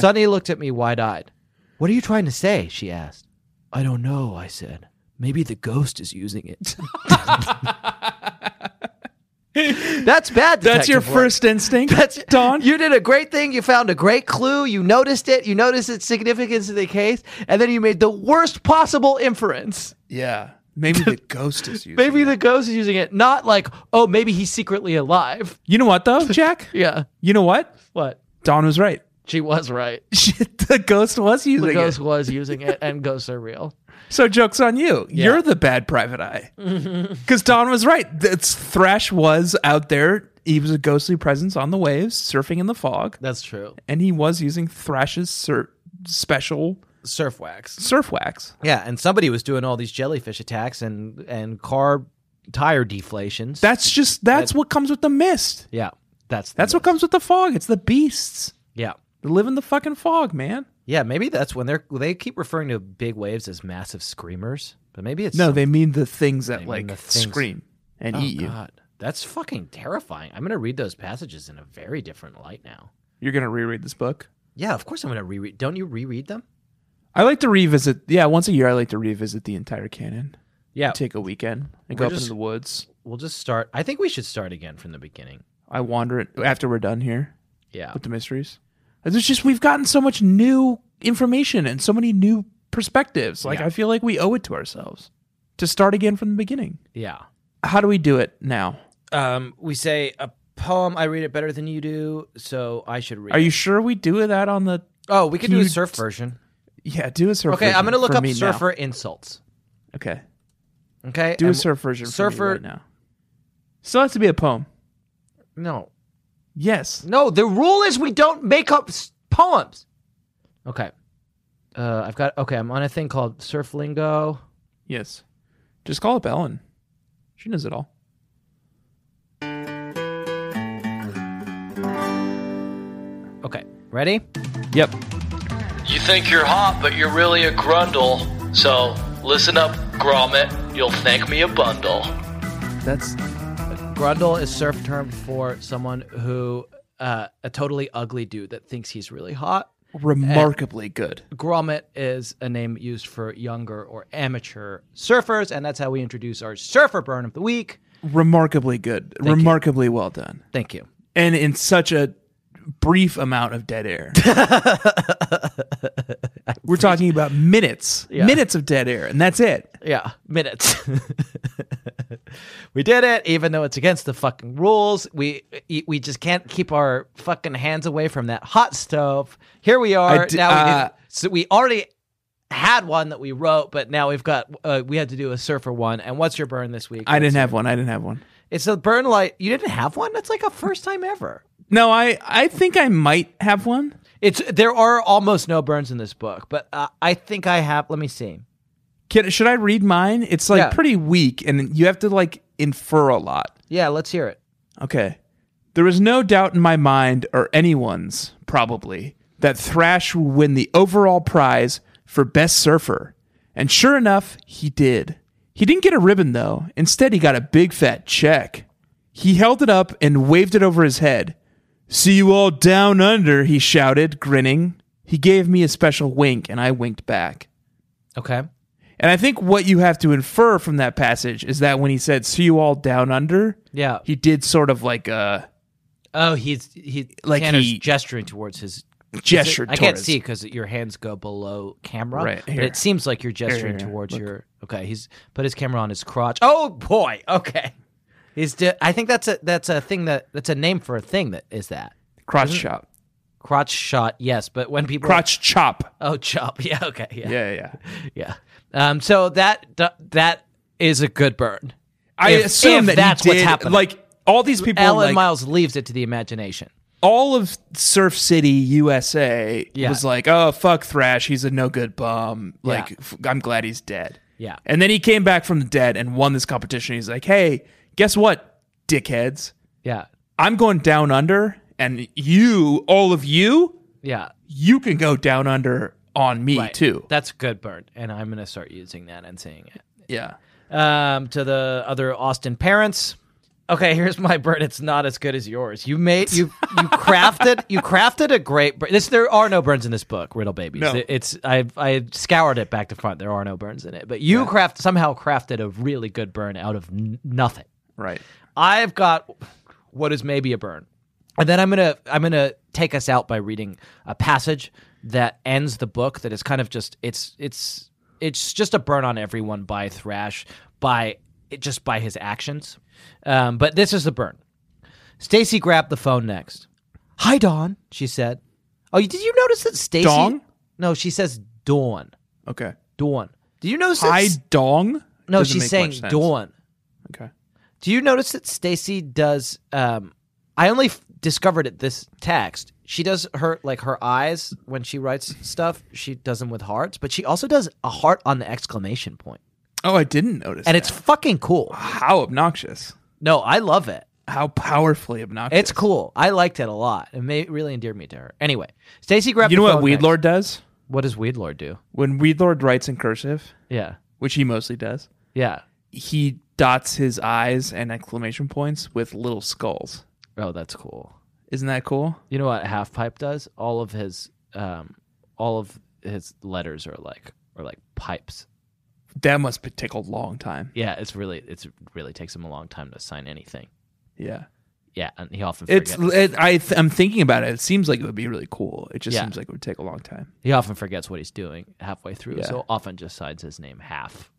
S6: Sunny looked at me wide eyed. What are you trying to say? she asked. I don't know, I said.
S4: *laughs*
S6: Maybe the ghost is using it.
S3: That's bad.
S4: That's your
S3: detective work.
S4: first
S6: *laughs*
S4: instinct.
S3: That's
S4: Don.
S3: You did a great thing. You found a great clue. You noticed it. You noticed its significance to the case, and then you made the worst possible inference.
S4: yeah. *laughs* Maybe the ghost is you.
S3: Maybe the ghost is using it, not like, oh, maybe he's secretly alive.
S4: You know what though, Jack?
S3: Yeah.
S4: You know what?
S3: What?
S4: Don was right. *laughs*
S3: She was right.
S4: Shit, the ghost was using
S3: The ghost
S4: it.
S3: was using it, and ghosts are real.
S4: So jokes on you. You're the bad private eye. *laughs* Because Don was right. That's Thrash was out there. He was a ghostly presence on the waves, surfing in the fog,
S3: That's true.
S4: and he was using Thrash's sur- special
S6: Surf wax.
S4: surf wax.
S6: Yeah, and somebody was doing all these jellyfish attacks and and car tire deflations.
S4: That's just that's what comes with the mist.
S6: yeah, that's the
S4: That's what comes with the fog. It's the beasts.
S6: Yeah.
S4: They live in the fucking fog, man.
S6: Yeah, maybe that's when they're they keep referring to big waves as massive screamers, but maybe it's
S4: No, they mean the things that
S6: mean
S4: like
S6: the things- Oh,
S4: scream and eat you.
S6: God. That's fucking terrifying. I'm going to read those passages in a very different light now.
S4: You're gonna reread this book.
S6: Yeah, of course I'm going to reread. Don't you reread them?
S4: I like to revisit. Yeah, once a year I like to revisit the entire canon.
S6: Yeah.
S4: Take a weekend and
S6: We're
S4: go up
S6: just-
S4: into the woods.
S6: We'll just start. I think we should start again from the beginning.
S4: I wander it after we're done here
S6: Yeah.
S4: with the mysteries. It's just we've gotten so much new information and so many new perspectives. Like I feel like we owe it to ourselves to start again from the beginning.
S6: Yeah.
S4: How do we do it now?
S6: Um we say a poem I read it better than you do, so I should read.
S4: Are
S6: it.
S4: you sure we do that on the?
S6: Oh, we could
S4: Can
S6: do a
S4: you
S6: surf
S4: t-
S6: version.
S4: Yeah, do a surf.
S6: Okay,
S4: going
S6: I'm going
S4: to
S6: to look up surfer
S4: Now.
S6: insults.
S4: Okay,
S6: Okay?
S4: do a
S6: And-
S4: surf version. Surfer
S6: surfer-
S4: right now. Still has to be a poem.
S6: No.
S4: Yes.
S6: No, the rule is we don't make up s- poems. Okay. Uh, I've got okay. I'm on a thing called Surf Lingo.
S4: Yes. Just call up Ellen. She knows it all.
S6: Okay, ready?
S4: Yep.
S6: Eh.
S8: You think you're hot, but you're really a grundle. So listen up, grommet. You'll thank me a bundle.
S4: That's
S6: Grundle is surf term for someone who uh, a totally ugly dude that thinks he's really hot.
S4: remarkably good.
S6: Grommet is a name used for younger or amateur surfers, and that's how we introduce our surfer burn of the week.
S4: Remarkably good. remarkably well done.
S6: Thank you.
S4: And in such a brief amount of dead air. We're talking about minutes. Minutes of dead air, and that's it.
S6: Yeah, minutes. we did it, even though it's against the fucking rules. We e, we just can't keep our fucking hands away from that hot stove. Here we are.
S4: I di-
S6: now we
S4: uh,
S6: did- so we already had one that we wrote, but now we've got uh, we had to do a surfer one. And what's your burn this week?
S4: I didn't have one. I didn't have one.
S6: It's a burn light. You didn't have one. That's like a first time ever.
S4: No, I I think I might have one.
S6: It's there are almost no burns in this book, but uh, I think I have. Let me see.
S4: Can, should I read mine? It's like
S6: Yeah.
S4: pretty weak, and you have to like infer a lot.
S6: Yeah, let's hear it.
S4: Okay. There was no doubt in my mind, or anyone's probably, that Thrash would win the overall prize for Best Surfer. And sure enough, he did. He didn't get a ribbon, though. Instead, he got a big fat check. He held it up and waved it over his head. See you all down under, he shouted, grinning. He gave me a special wink, and I winked back.
S6: Okay.
S4: And I think what you have to infer from that passage is that when he said, See you all down under,
S6: Yeah.
S4: he did sort of like a
S6: Oh, he's he
S4: Like
S6: like Tanner's
S4: he-
S6: gesturing towards his
S4: gesture.
S6: I can't
S4: towards-
S6: see because your hands go below camera.
S4: Right,
S6: but
S4: here.
S6: it seems like you're gesturing
S4: here, here,
S6: towards your. Okay, he's put his camera on his crotch. Oh boy. Okay. He's. Di- I think that's a that's a thing that that's a name for a thing that is that
S4: crotch chop,
S6: crotch shot. Yes, but when people
S4: crotch chop.
S6: Oh, chop. *laughs* Yeah. Okay. Yeah. Yeah.
S4: Yeah, yeah.
S6: Um. So that d- that is a good burn.
S4: I
S6: If-
S4: assume that
S6: if that's
S4: he
S6: what's
S4: did.
S6: happening.
S4: Like all these people,
S6: Alan
S4: like,
S6: Miles leaves it to the imagination.
S4: all of Surf City, USA,
S6: Yeah.
S4: was like, "Oh fuck, Thrash, he's a no good bum. Like,
S6: Yeah.
S4: f- I'm glad he's dead."
S6: Yeah.
S4: And then he came back from the dead and won this competition. He's like, "Hey, guess what, dickheads?
S6: Yeah.
S4: I'm going down under, and you, all of you,
S6: Yeah.
S4: you can go down under on me
S6: Right.
S4: too."
S6: That's a good burn, and I'm gonna start using that and saying it.
S4: yeah.
S6: um, to the other Austin parents. Okay, *laughs* here's my bird. It's not as good as yours. You made you you crafted you crafted a great bird. This there are no burns in this book, Riddle Babies.
S4: No.
S6: It- it's I I scoured it back to front. There are no burns in it, but you craft somehow crafted a really good burn out of n- nothing.
S4: Right.
S6: I've got what is maybe a burn. And then I'm gonna I'm gonna take us out by reading a passage that ends the book that is kind of just it's it's it's just a burn on everyone by Thrash by it just by his actions. Um, but this is the burn. Stacy grabbed the phone next. Hi Dawn, she said. Oh, you- did you notice that Stacy?
S4: Dong?
S6: No, she says Dawn.
S4: Okay.
S6: Dawn. Did you notice? that
S4: I
S6: S-
S4: dong.
S6: no,
S4: Doesn't
S6: she's
S4: make
S6: saying
S4: much sense.
S6: Dawn.
S4: Okay.
S6: Do you notice that Stacy does? Um, I only f- discovered it this text. She does her like her eyes when she writes stuff. She does them with hearts, but she also does a heart on the exclamation point,
S4: Oh, I didn't notice.
S6: and
S4: that.
S6: it's fucking cool.
S4: how obnoxious.
S6: No, I love it.
S4: How powerfully obnoxious.
S6: It's cool. I liked it a lot. It may, really endeared me to her. Anyway, Stacy grabbed.
S4: You know
S6: the
S4: what
S6: phone
S4: Weed
S6: next.
S4: Lord does?
S6: What does Weed Lord do?
S4: When Weed Lord writes in cursive,
S6: Yeah,
S4: which he mostly does,
S6: yeah.
S4: he dots his eyes and exclamation points with little skulls.
S6: Oh, that's cool.
S4: Isn't that cool?
S6: You know what Halfpipe does? All of his, um, all of his letters are like are like pipes.
S4: That must be- take a long time.
S6: Yeah, it's really it's really takes him a long time to sign anything.
S4: Yeah.
S6: Yeah, and he often
S4: It's.
S6: forgets.
S4: It, I. Th- I'm thinking about it. It seems like it would be really cool. It just
S6: Yeah.
S4: seems like it would take a long time.
S6: he often forgets what he's doing halfway through,
S4: Yeah.
S6: so often just signs his name half.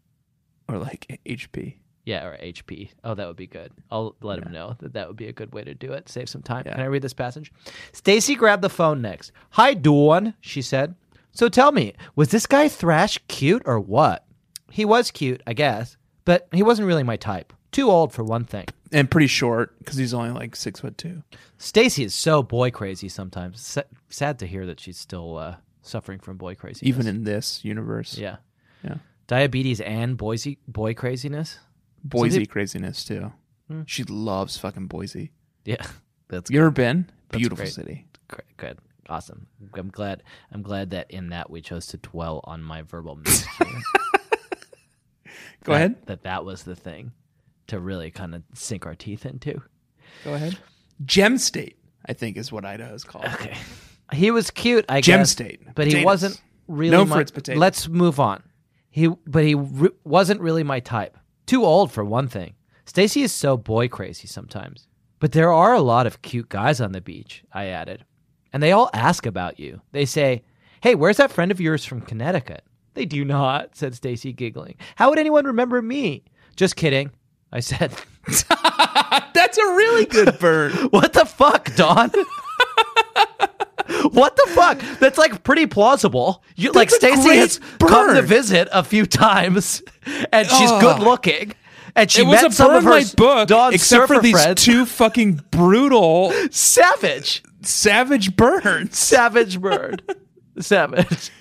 S4: Or like HP.
S6: Yeah, or HP. Oh, that would be good. I'll let him know that that would be a good way to do it. Save some time.
S4: Yeah.
S6: Can I read this passage? Stacy grabbed the phone next. Hi, Dawn, she said. So tell me, was this guy Thrash cute or what? He was cute, I guess, but he wasn't really my type. Too old for one thing.
S4: And pretty short because he's only like six foot two.
S6: Stacy is so boy crazy sometimes. Sa- sad to hear that she's still uh, suffering from boy crazy.
S4: Even in this universe.
S6: yeah,
S4: Yeah.
S6: diabetes and boise boy craziness. *laughs*
S4: Boise craziness too. She loves fucking Boise.
S6: Yeah, that's
S4: You ever been? Beautiful
S6: great.
S4: city.
S6: Great, good, awesome. I'm glad. I'm glad that in that we chose to dwell on my verbal *laughs* miscue.
S4: Go ahead.
S6: that that was the thing to really kind of sink our teeth into.
S4: Go ahead. Gem State, I think, is what Idaho is called. Okay.
S6: He was cute, I
S4: Gem
S6: guess,
S4: state.
S6: but he
S4: Potatoes.
S6: wasn't really
S4: Known
S6: my,
S4: for its potatoes.
S6: Let's move on. He, but he re- wasn't really my type. Too old for one thing. Stacy is so boy crazy sometimes. But there are a lot of cute guys on the beach. I added, and they all ask about you. They say, "Hey, where's that friend of yours from Connecticut?" They do not," said Stacy, giggling. "How would anyone remember me?" Just kidding, I said.
S4: *laughs*
S6: *laughs*
S4: That's a really *laughs* good bird.
S6: What the fuck, Don? what the fuck? That's like pretty plausible. You like
S4: a
S6: Stacy
S4: great
S6: has come to
S4: bird.
S6: visit a few times, and she's
S4: Ugh.
S6: good looking, and she
S4: it was
S6: met
S4: a
S6: some
S4: bird
S6: of her
S4: my book,
S6: Dawn's
S4: except for
S6: surfer
S4: these
S6: friends.
S4: two fucking brutal,
S6: savage,
S4: savage birds.
S6: savage bird, *laughs* savage.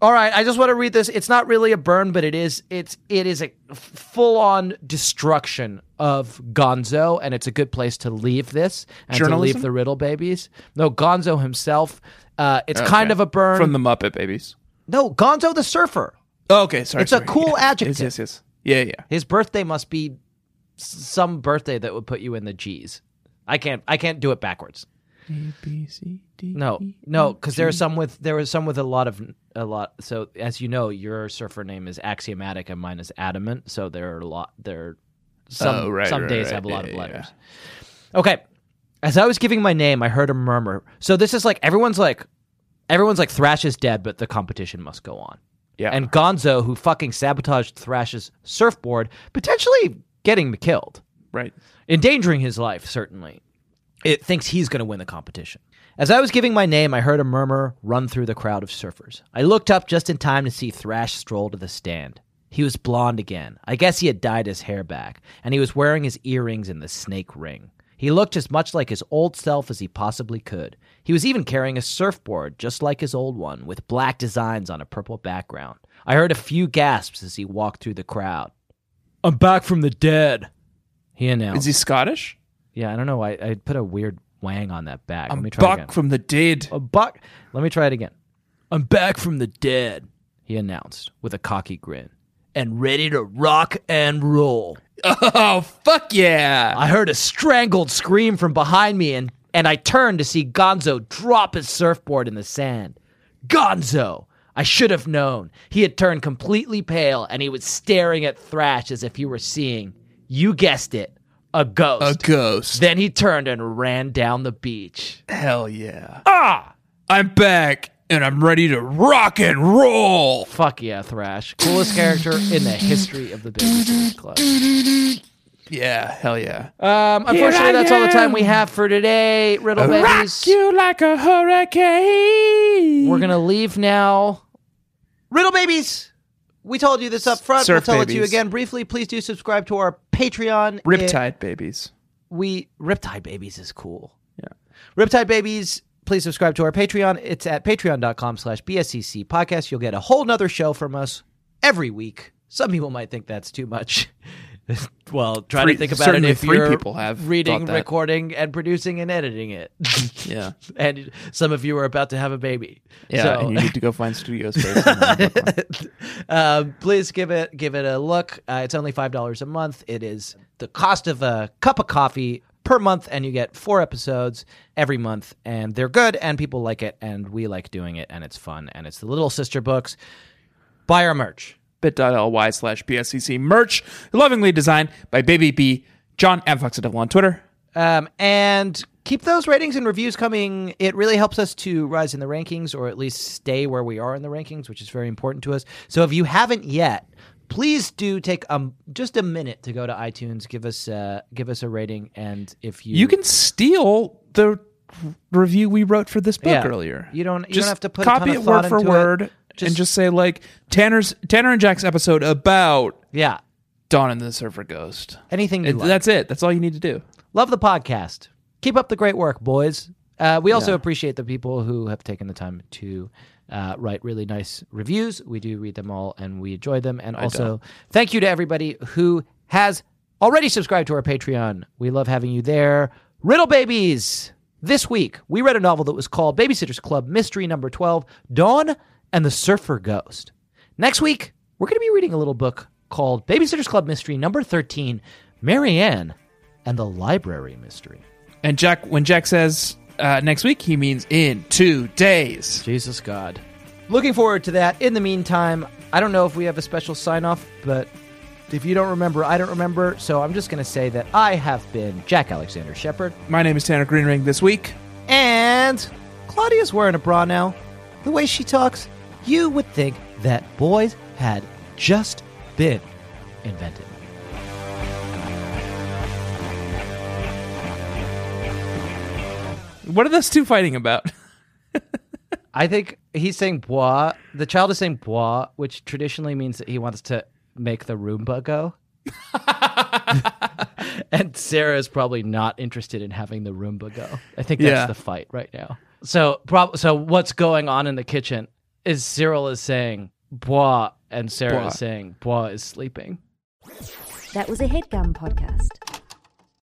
S6: All right, I just want to read this. It's not really a burn, but it is. It's it is a full on destruction of Gonzo, and it's a good place to leave this and to
S4: Journalism?
S6: leave the Riddle Babies. No, Gonzo himself. Uh, it's kind of a burn.
S4: *laughs* From the Muppet Babies.
S6: no, Gonzo the Surfer.
S4: Oh, okay, sorry.
S6: It's a
S4: sorry.
S6: cool
S4: Yeah.
S6: adjective.
S4: Yes, yes, yes. Yeah, yeah.
S6: His birthday must be s- some birthday that would put you in the G's. I can't. I can't do it backwards.
S4: B, C, D. E.
S6: No, no, because there are some with there are some with a lot of a lot. So as you know, your surfer name is axiomatic and mine is adamant. So there are a lot. There are some
S4: Oh, right,
S6: some
S4: right,
S6: days
S4: right.
S6: have a lot
S4: Yeah,
S6: of
S4: yeah,
S6: letters. Okay, as I was giving my name, I heard a murmur. So this is like everyone's like everyone's like Thrash is dead, but the competition must go on.
S4: Yeah.
S6: And Gonzo, who fucking sabotaged Thrash's surfboard, potentially getting killed
S4: Right.
S6: endangering his life, certainly. It thinks he's going to win the competition. As I was giving my name, I heard a murmur run through the crowd of surfers. I looked up just in time to see Thrash stroll to the stand. He was blonde again. I guess he had dyed his hair back, and he was wearing his earrings in the snake ring. He looked as much like his old self as he possibly could. He was even carrying a surfboard, just like his old one, with black designs on a purple background. I heard a few gasps as he walked through the crowd. I'm back from the dead, he announced.
S4: Is he Scottish?
S6: Yeah, I don't know. why I put a weird wang on that back. Let
S4: I'm
S6: me try
S4: back
S6: again. Oh,
S4: from the dead.
S6: a buck. Let me try it again. I'm back from the dead, he announced with a cocky grin, and ready to rock and roll.
S4: Oh, fuck yeah.
S6: I heard a strangled scream from behind me, and, and I turned to see Gonzo drop his surfboard in the sand. Gonzo! I should have known. He had turned completely pale, and he was staring at Thrash as if he were seeing, you guessed it,
S3: a ghost.
S4: ghost.
S3: then he turned and ran down the beach.
S4: Hell yeah. Ah! I'm back and I'm ready to rock and roll.
S3: Fuck yeah, Thrash. Coolest character in the history of the Big Wizards Club.
S4: Yeah, hell yeah.
S3: Um, unfortunately,
S4: I
S3: that's all the time
S4: am.
S3: we have for today, Riddle Babies.
S4: you like a hurricane.
S3: We're going to leave now.
S6: Riddle Babies! We told you this up front.
S4: Surf
S6: we'll tell it to you
S4: babies.
S6: again briefly. Please do subscribe to our Patreon. It-
S4: Riptide babies.
S6: we Riptide Babies is cool. Yeah. Riptide Babies, please subscribe to our Patreon. It's at patreon.com slash BSCC podcast. You'll get a whole nother show from us every week. Some people might think that's too much. *laughs* well, try
S4: Three-
S6: to think about it
S4: certainly
S6: if
S4: three
S6: you're
S4: people have
S6: reading,
S4: thought that.
S6: recording, and producing and editing it. *laughs*
S4: Yeah.
S6: and some of you are about to have a baby.
S4: Yeah.
S6: So-
S4: and you need to go find studio space. I
S6: um, please give it give it a look. Uh, it's only five dollars a month. It is the cost of a cup of coffee per month, and you get four episodes every month, and they're good, and people like it, and we like doing it, and it's fun, and it's the Little Sister books. Buy our merch.
S4: *laughs* Bit.ly slash PSCC merch. Lovingly designed by Baby B. John at Fox Devil on Twitter.
S6: Um, and keep those ratings and reviews coming. It really helps us to rise in the rankings or at least stay where we are in the rankings, which is very important to us. So if you haven't yet, please do take um just a minute to go to iTunes, give us uh give us a rating and if you
S4: You can steal the review we wrote for this book
S6: Yeah.
S4: earlier.
S6: You don't- you don't
S4: Just
S6: have to put a ton
S4: copy
S6: of
S4: it
S6: thought
S4: word for
S6: into it.
S4: word and
S6: Just-
S4: just say like Tanner's Tanner and Jack's episode about
S6: yeah,
S4: Dawn and the Surfer Ghost.
S6: anything you
S4: It-
S6: like.
S4: That's it. That's all you need to do.
S6: Love the podcast. Keep up the great work, boys. Uh, we also appreciate the people who have taken the time to uh, write really nice reviews. We do read them all and we enjoy them. And also, thank you to everybody who has already subscribed to our Patreon. We love having you there. Riddle Babies! This week, we read a novel that was called Babysitter's Club Mystery Number 12 Dawn and the Surfer Ghost. Next week, we're going to be reading a little book called Babysitter's Club Mystery Number 13 Marianne and the library mystery.
S4: And Jack, when Jack says uh, next week, he means in two days.
S6: Jesus God. Looking forward to that. In the meantime, I don't know if we have a special sign off, but if you don't remember, I don't remember. So I'm just going to say that I have been Jack Alexander Shepard
S4: My name is Tanner Greenring. This week,
S6: and Claudia's wearing a bra now. The way she talks, you would think that boys had just been invented.
S4: what are those two fighting about? *laughs*
S6: I think he's saying bois. The child is saying bois, which traditionally means that he wants to make the Roomba go. and *laughs* Sarah is probably not interested in having the Roomba go. I think that's
S4: Yeah.
S6: the fight right now. So, prob- so what's going on in the kitchen is Cyril is saying bois, and Sarah
S4: Bois.
S6: is saying bois is sleeping.
S1: That was a headgum podcast.